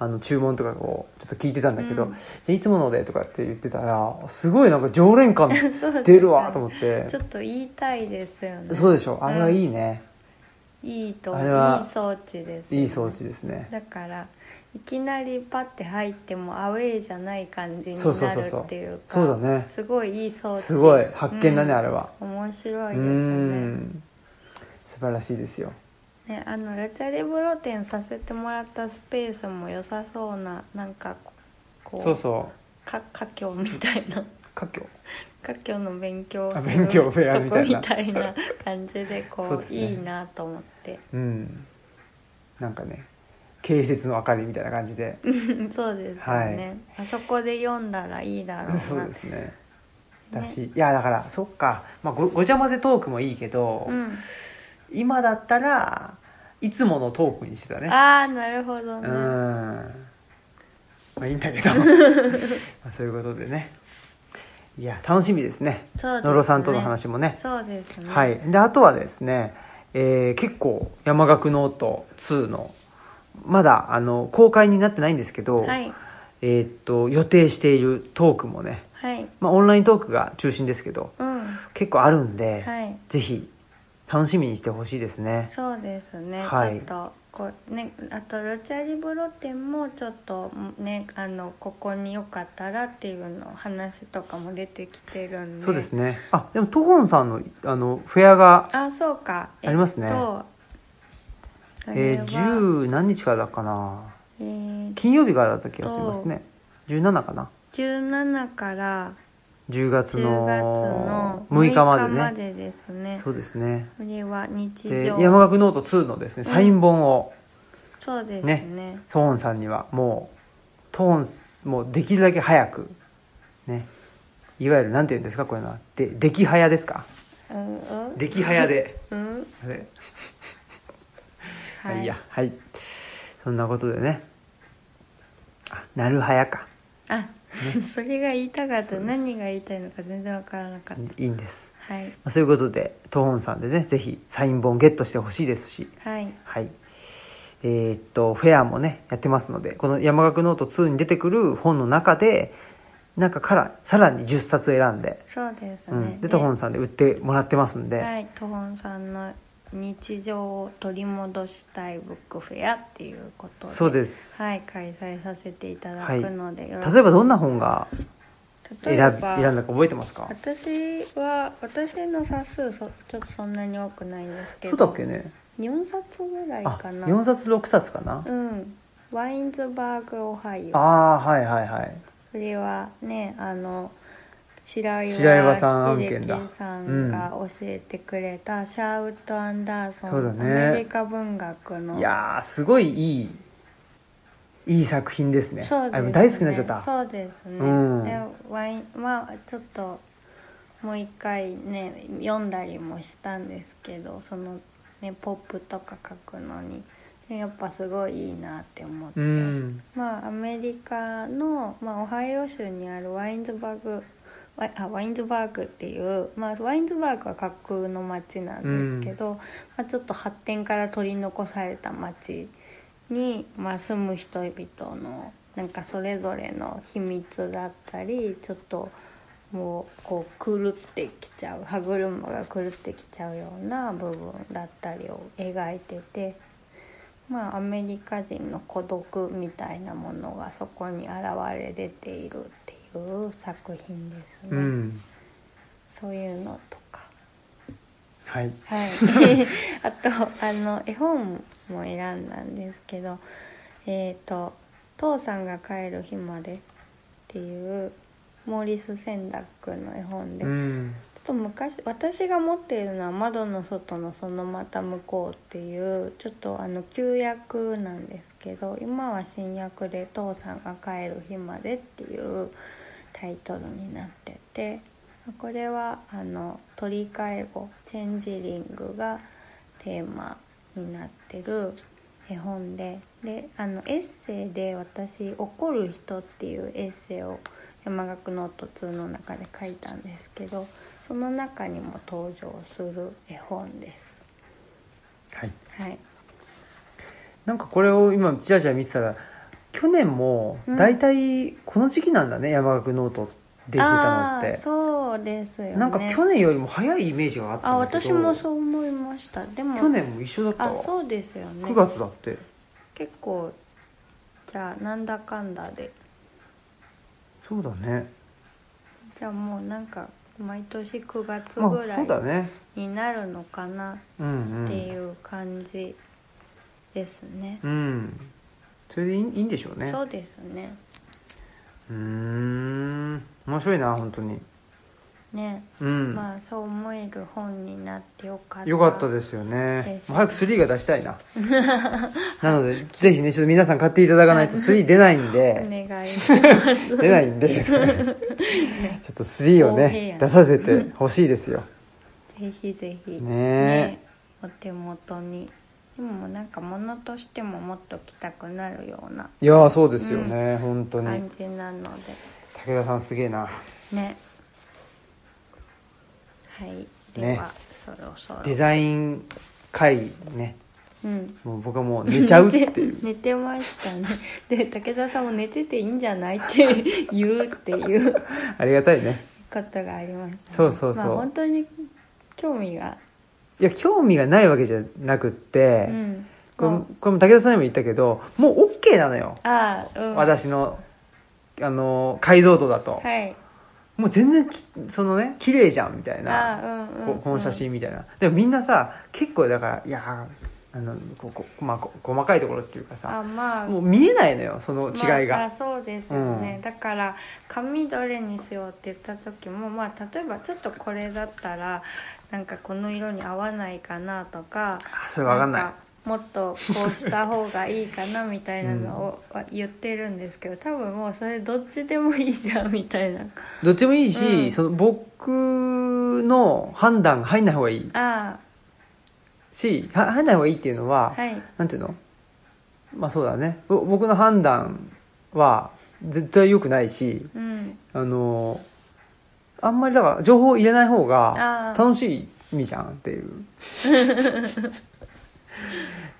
S1: あの注文とかをちょっと聞いてたんだけど、
S2: うん
S1: じゃあいつものでとかって言ってたらすごいなんか常連 感
S2: そうです
S1: 出るわと思って
S2: ちょっと言いたいですよね
S1: そうでしょあれはいいね、
S2: いいと
S1: あれはい
S2: い装置です、
S1: いい装置ですね
S2: だからいきなりパッて入ってもアウェイじゃない感じにな
S1: そうそうそう
S2: る
S1: そう
S2: っていうか
S1: そうだね
S2: すごいいい装置
S1: すごい発見だね、
S2: うん
S1: あれは
S2: 面白いうですね
S1: ん素晴らしいですよ
S2: ねあのラチャレブロ展させてもらったスペースも良さそうななんかこう
S1: そうそう
S2: か家境みたいな
S1: 華僑
S2: 家境の勉強をする
S1: あ勉強部屋みたいな
S2: とこみたいな感じでこ
S1: そう
S2: う
S1: ですね
S2: いいなと思って
S1: うんなんかね建設の明かりみたいな感じで
S2: うんそうですよね、あそこで読んだらいいだろうな
S1: そうですねだし、いやだからそっか、まあ、ごごちゃ混ぜトークもいいけど、
S2: うん、
S1: 今だったらいつものトークにしてたね
S2: ああなるほど
S1: うん
S2: ね、
S1: まあいいん だけどまあそういうことでねいや楽しみですね
S2: そうですね
S1: 野呂さんとの話もね
S2: そうですね
S1: はい、であとはですね、えー結構山岳ノート2のまだあの公開になってないんですけど、
S2: はい
S1: えーっと予定しているトークもね、
S2: はい
S1: まあ、オンライントークが中心ですけど
S2: うん
S1: 結構あるんで、
S2: はい
S1: ぜひ楽しみにしてほしいですね
S2: そうですね、
S1: はい
S2: ちょっとこうねあとルチャリブロ展もちょっとねあのここによかったらっていうの話とかも出てきてるんで
S1: そうですねあでもトホンさんのあのフェアが、
S2: あそうか
S1: ありますね
S2: えっとあれ
S1: えー、
S2: は
S1: 10何日からだっかな
S2: えー
S1: 金曜日からだった気がしますね17かな
S2: 17から
S1: 10月
S2: 10月の
S1: の6日まで
S2: 6
S1: ね
S2: ですね
S1: そうですね
S2: これは日
S1: で
S2: 常
S1: 山岳ノート2のですねサイン本を
S2: そうですね
S1: ねトーンさんにはもうトーンもうできるだけ早くねいわゆるなんて言うんですかこういうのはで出来早ですか
S2: うんうん
S1: 出来早 で
S2: うん
S1: あれ
S2: はい
S1: い、いやはいそんなことでねあなるはやか
S2: あ、 それが言いたかった何が言いたいのか全然わからなかった
S1: いいんです
S2: はい
S1: まあそういうことで東本さんでねぜひサイン本ゲットしてほしいですし
S2: はい
S1: はい。えーっと、フェアもね、やってますので、この山岳ノート2に出てくる本の中で、中からさらに10冊選んで、
S2: そうです
S1: う
S2: ね
S1: ん。で、トホンさんで売ってもらってますんで、
S2: はい、トホンさんの日常を取り戻したいブックフェアっていうことで
S1: そうです
S2: はい、開催させていただ
S1: はい
S2: くので、よろし
S1: 例えばどんな本が
S2: 例え
S1: 選び
S2: ば
S1: 選んだか覚えてますか
S2: 私は私の冊数そちょっとそんなに多くないんですけ
S1: そう
S2: ど
S1: だっけね。
S2: 4冊ぐらい
S1: あ、
S2: かな
S1: 4冊6冊かな。
S2: うんワインズバーグ・オハイ
S1: あ
S2: オ
S1: あ、はいはいはい。
S2: それはねあの白
S1: 白
S2: 岩
S1: 岩さん案件だ
S2: 秀樹さんが教えてくれたシャーウッド・アンダーソン、
S1: そうだね
S2: アメリカ文学の
S1: いやー、すごいいい、いい作品ですね。
S2: そうですね
S1: あれも大好きになっちゃった。
S2: そうですね、
S1: うん
S2: でワインまあちょっともう一回ね読んだりもしたんですけどそのねポップとか書くのにでやっぱすごいいいなって思って、
S1: うん。
S2: まあアメリカの、まあ、オハイオ州にあるワインズバーグワイあワインズバーグっていう、まあ、ワインズバーグは架空の町なんですけど、まあ、ちょっと発展から取り残された町に、まあ、住む人々のなんかそれぞれの秘密だったりちょっともうこう狂ってきちゃう歯車が狂ってきちゃうような部分だったりを描いてて。まあ、アメリカ人の孤独みたいなものがそこに現れ出ているっていう作品ですね、
S1: うん。
S2: そういうのとか
S1: はい。
S2: はいあとあの絵本も選んだんですけどえっ、と「父さんが帰る日まで」っていうモーリス・センダックの絵本で、
S1: う
S2: ちょ
S1: ん。
S2: っと昔私が持っているのは「窓の外のそのまた向こう」っていうちょっとあの旧訳なんですけど今は新訳で「父さんが帰る日まで」っていうタイトルになっててこれはあの鳥介護チェンジリングがテーマになってる絵本でであのエッセイで私「怒る人」っていうエッセイを山岳ノート2の中で書いたんですけどその中にも登場する絵本です。
S1: はい。
S2: はい、
S1: なんかこれを今ちらちら見てたら去年も
S2: うん
S1: 大体この時期なんだね、山岳ノートできてたの
S2: あ
S1: っ
S2: あー
S1: て、
S2: そうですよね。
S1: なんか去年よりも早いイメージがあった
S2: あ
S1: んだけど
S2: 私もそう思いましたでも
S1: 去年も一緒だった
S2: あ
S1: わ
S2: そうですよね
S1: 9月だって
S2: 結構じゃあなんだかんだで
S1: そうだね
S2: じゃあもうなんか毎年9月
S1: まあ
S2: ぐら
S1: そうだ
S2: い
S1: ね
S2: になるのかな
S1: うんうん
S2: っていう感じですね、
S1: うんそれでいいいいんでしょうね
S2: そうですね
S1: うーん面白いな本当に
S2: ね、
S1: うん、
S2: まあそう思える本になってよかった
S1: よかったですよね
S2: です
S1: もう早く3が出したいな なのでぜひねちょっと皆さん買っていただかないと3出ないん
S2: お
S1: で、
S2: 願いし ます
S1: 出ないんで、 ちょっと3を
S2: 公平や
S1: ね、
S2: な
S1: 出させてほしいですよ。
S2: ぜひぜひ
S1: ね
S2: お手元にでもなんか物としてももっと着たくなるようない
S1: やー、そうですよね、本当に
S2: 感。じなので
S1: 武田さんすげえな。
S2: ねはいでは、そろそろ
S1: デザイン会議ね、
S2: うん
S1: もう僕はもう寝ちゃうって いう。
S2: 寝てましたねで武田さんも寝てていいんじゃないって 言うっていう
S1: ありがたいね。
S2: ことがありましたね、
S1: そうそうそう
S2: まあ本当に興味が
S1: いや、興味がないわけじゃなくっ
S2: う
S1: て、
S2: ん
S1: これ
S2: も
S1: も
S2: う
S1: これも武田さんにも言ったけど、もう OK なのよ。
S2: ああうん
S1: 私の、あのー、解像度だと。
S2: はい
S1: もう全然き、そのね、綺麗じゃんみたいな。
S2: ああうんうん、う
S1: こ
S2: ん、
S1: この写真みたいな、でもみんなさ結構だからいやーあのここ、まあ、こ細かいところっていうかさ
S2: あまあ
S1: もう見えないのよその
S2: まあ
S1: 違い
S2: まあ
S1: が、
S2: そうですよね、
S1: うん
S2: だから紙どれにしようって言った時もまあ例えばちょっとこれだったらなんかこの色に合わないかなとか
S1: あそれ分かんない
S2: なんかもっとこうした方がいいかなみたいなのをは言ってるんですけど多分もうそれどっちでもいいじゃんみた いな
S1: どっちでもいいし、
S2: うん
S1: その僕の判断が入んない方がいい
S2: あ
S1: しは入んない方がいいっていうの
S2: あ
S1: は、
S2: はい
S1: なんていうのまあそうだねぼ僕の判断は絶対良くないし
S2: うん
S1: あのあんまりだから情報を入れない方が
S2: あー
S1: 楽しいみじゃんっていう っ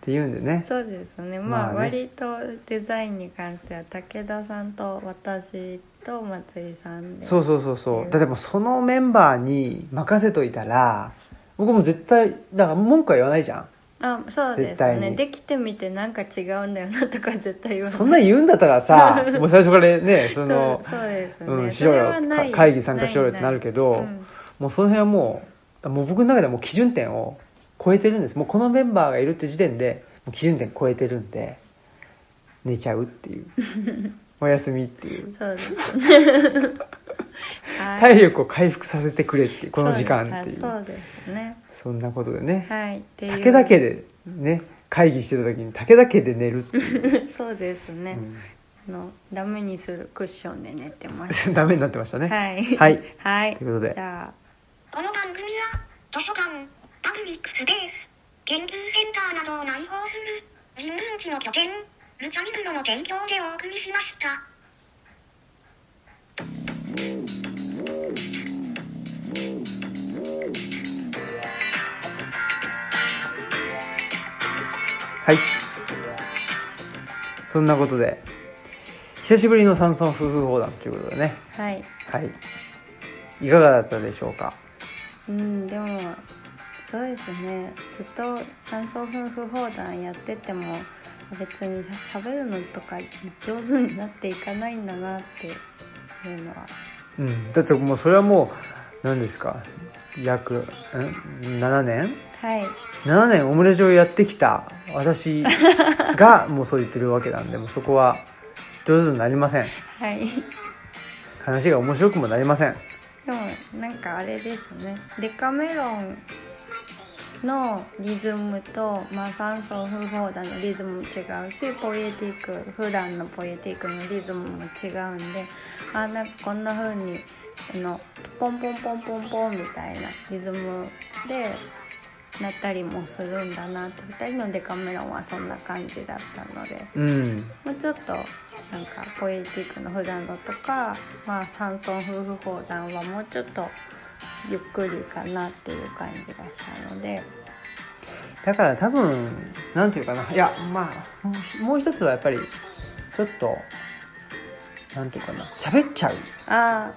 S1: ていうんでね
S2: そうですねまあ
S1: まあね
S2: 割とデザインに関しては武田さんと私と松井さんで
S1: そうそうそうそうだってもうそのメンバーに任せといたら僕も絶対だから文句は言わないじゃん
S2: あそうで
S1: 絶
S2: す
S1: 対
S2: ね
S1: に
S2: できてみてなんか違うんだよなとか絶対言わない
S1: そんなん言うんだったら さもう最初からねその
S2: そうそうですね、
S1: うんし
S2: そ
S1: ろ
S2: れ
S1: よ
S2: はない
S1: か会議参加しろよってなるけど
S2: ないないうん
S1: もうその辺はもうもう僕の中ではもう基準点を超えてるんですもうこのメンバーがいるって時点でもう基準点超えてるんで寝ちゃうっていう お休みっていう
S2: そうですね。 はい
S1: 体力を回復させてくれっていうこの時間っていう
S2: あ
S1: そ
S2: そうですね。
S1: んなことでね、
S2: はい。っていう
S1: 竹だけでね会議してた時に竹だけで寝るっていう、
S2: そうですね。あのダメにするクッションで寝てま す。
S1: ダメになってましたね
S2: はい。
S1: はい、
S2: はい。
S1: ということで
S2: じゃあ
S3: この番組は図書館パブリックスペース研究センターなどを内包する人文地の拠点ルチャリブロの提供でお送りしました。
S1: はい。そんなことで、久しぶりの山村夫婦砲弾ということでね。
S2: はい。
S1: はい。いかがだったでしょうか
S2: うんでもそうですね。ずっと三層夫婦砲弾やってても別に喋るのとか上手になっていかないんだなっていうのは。
S1: うん。だってもうそれはもう、何ですか約、ん ?7 年
S2: はい。
S1: 7年オムレジをやってきた私がもうそう言ってるわけなんでもうそこは上手になりません
S2: はい。
S1: 話が面白くもなりません
S2: でもなんかあれですねデカメロンのリズムと、まあ、三層不法弾のリズムも違うしポリエティック普段のポリエティックのリズムも違うんであなんかこんな風にあのポンポンポンポンポンみたいなリズムでなったりもするんだなって2人のデカメロンはそんな感じだったので。
S1: うん
S2: もうちょっとなんかポエティックの普段のとか、まあ、山村夫婦砲弾はもうちょっとゆっくりかなっていう感じがしたので
S1: だから多分なんていうかないやまあもうひもう一つはやっぱりちょっとなんていうかな喋っちゃう
S2: あ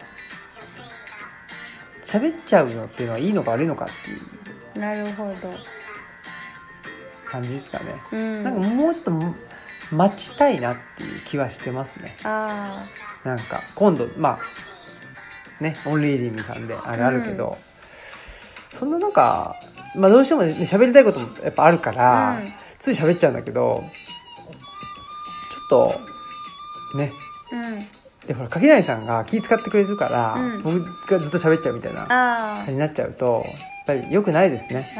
S1: 喋っちゃうのっていうのはいいのか悪いのかっていう
S2: あなるほど
S1: 感じですかね、
S2: うん
S1: なんかもうちょっとも待ちたいなっていう気はしてますね
S2: あ
S1: なんか今度まあねオンリーディングさんであれあるけど、そんななんか、まあ、どうしてもね喋りたいこともやっぱあるから、
S2: うん
S1: つい喋っちゃうんだけどちょっとね
S2: あうん
S1: でほら垣内さんが気使ってくれるから、
S2: うん
S1: 僕がずっと喋っちゃうみたいな感
S2: あ
S1: じになっちゃうとやっぱり良くないですね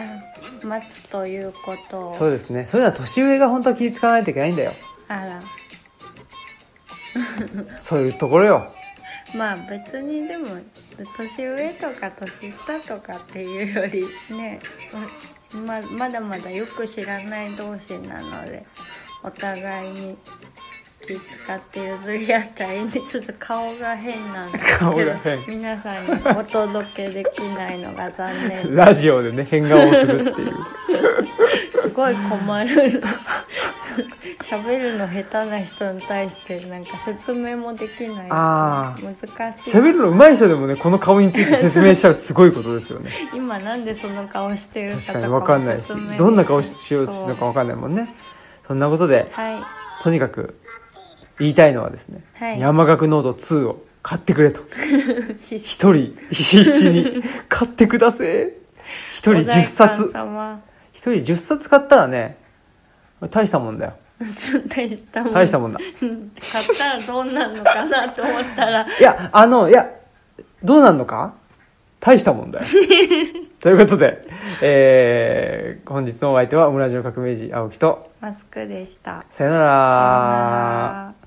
S2: ああ待つということを
S1: そうですねそういうのは年上が本当は気使わないといけないんだよ
S2: あら
S1: そういうところよ
S2: まあ別にでも年上とか年下とかっていうよりねままだまだよく知らない同士なのでお互いに気使って譲り合ったりちょっと顔が変なんです
S1: 顔
S2: け
S1: が
S2: ど
S1: 変
S2: 皆さんにお届けできないのが残念
S1: ラジオでね変顔をするっていう
S2: すごい困る喋るの下手な人に対してなんか説明もできない
S1: ああ
S2: 難しい
S1: 喋るの上手い人でもねこの顔について説明したらすごいことですよね
S2: 今なんでその顔してるかと
S1: 確
S2: か
S1: かに分かんないしどんな顔しようとしてるのか
S2: は
S1: 分かんないもんねそんなことで
S2: はい
S1: とにかく言いたいのはですね、
S2: はい
S1: 山岳ノード2を買ってくれと
S2: 必死
S1: 一人必死に買ってくだせえ一人10冊
S2: 様
S1: 一人10冊買ったらね大したもんだよ
S2: 大したもん
S1: 大したもんだ
S2: うん買ったらどうなるのかなと思ったら
S1: いやあのいやどうなんのか大したもんだ よ。ということで、えー、本日のお相手は、オムラジオ革命児青木と、
S2: マスクでした。
S1: さよなら
S2: さようなら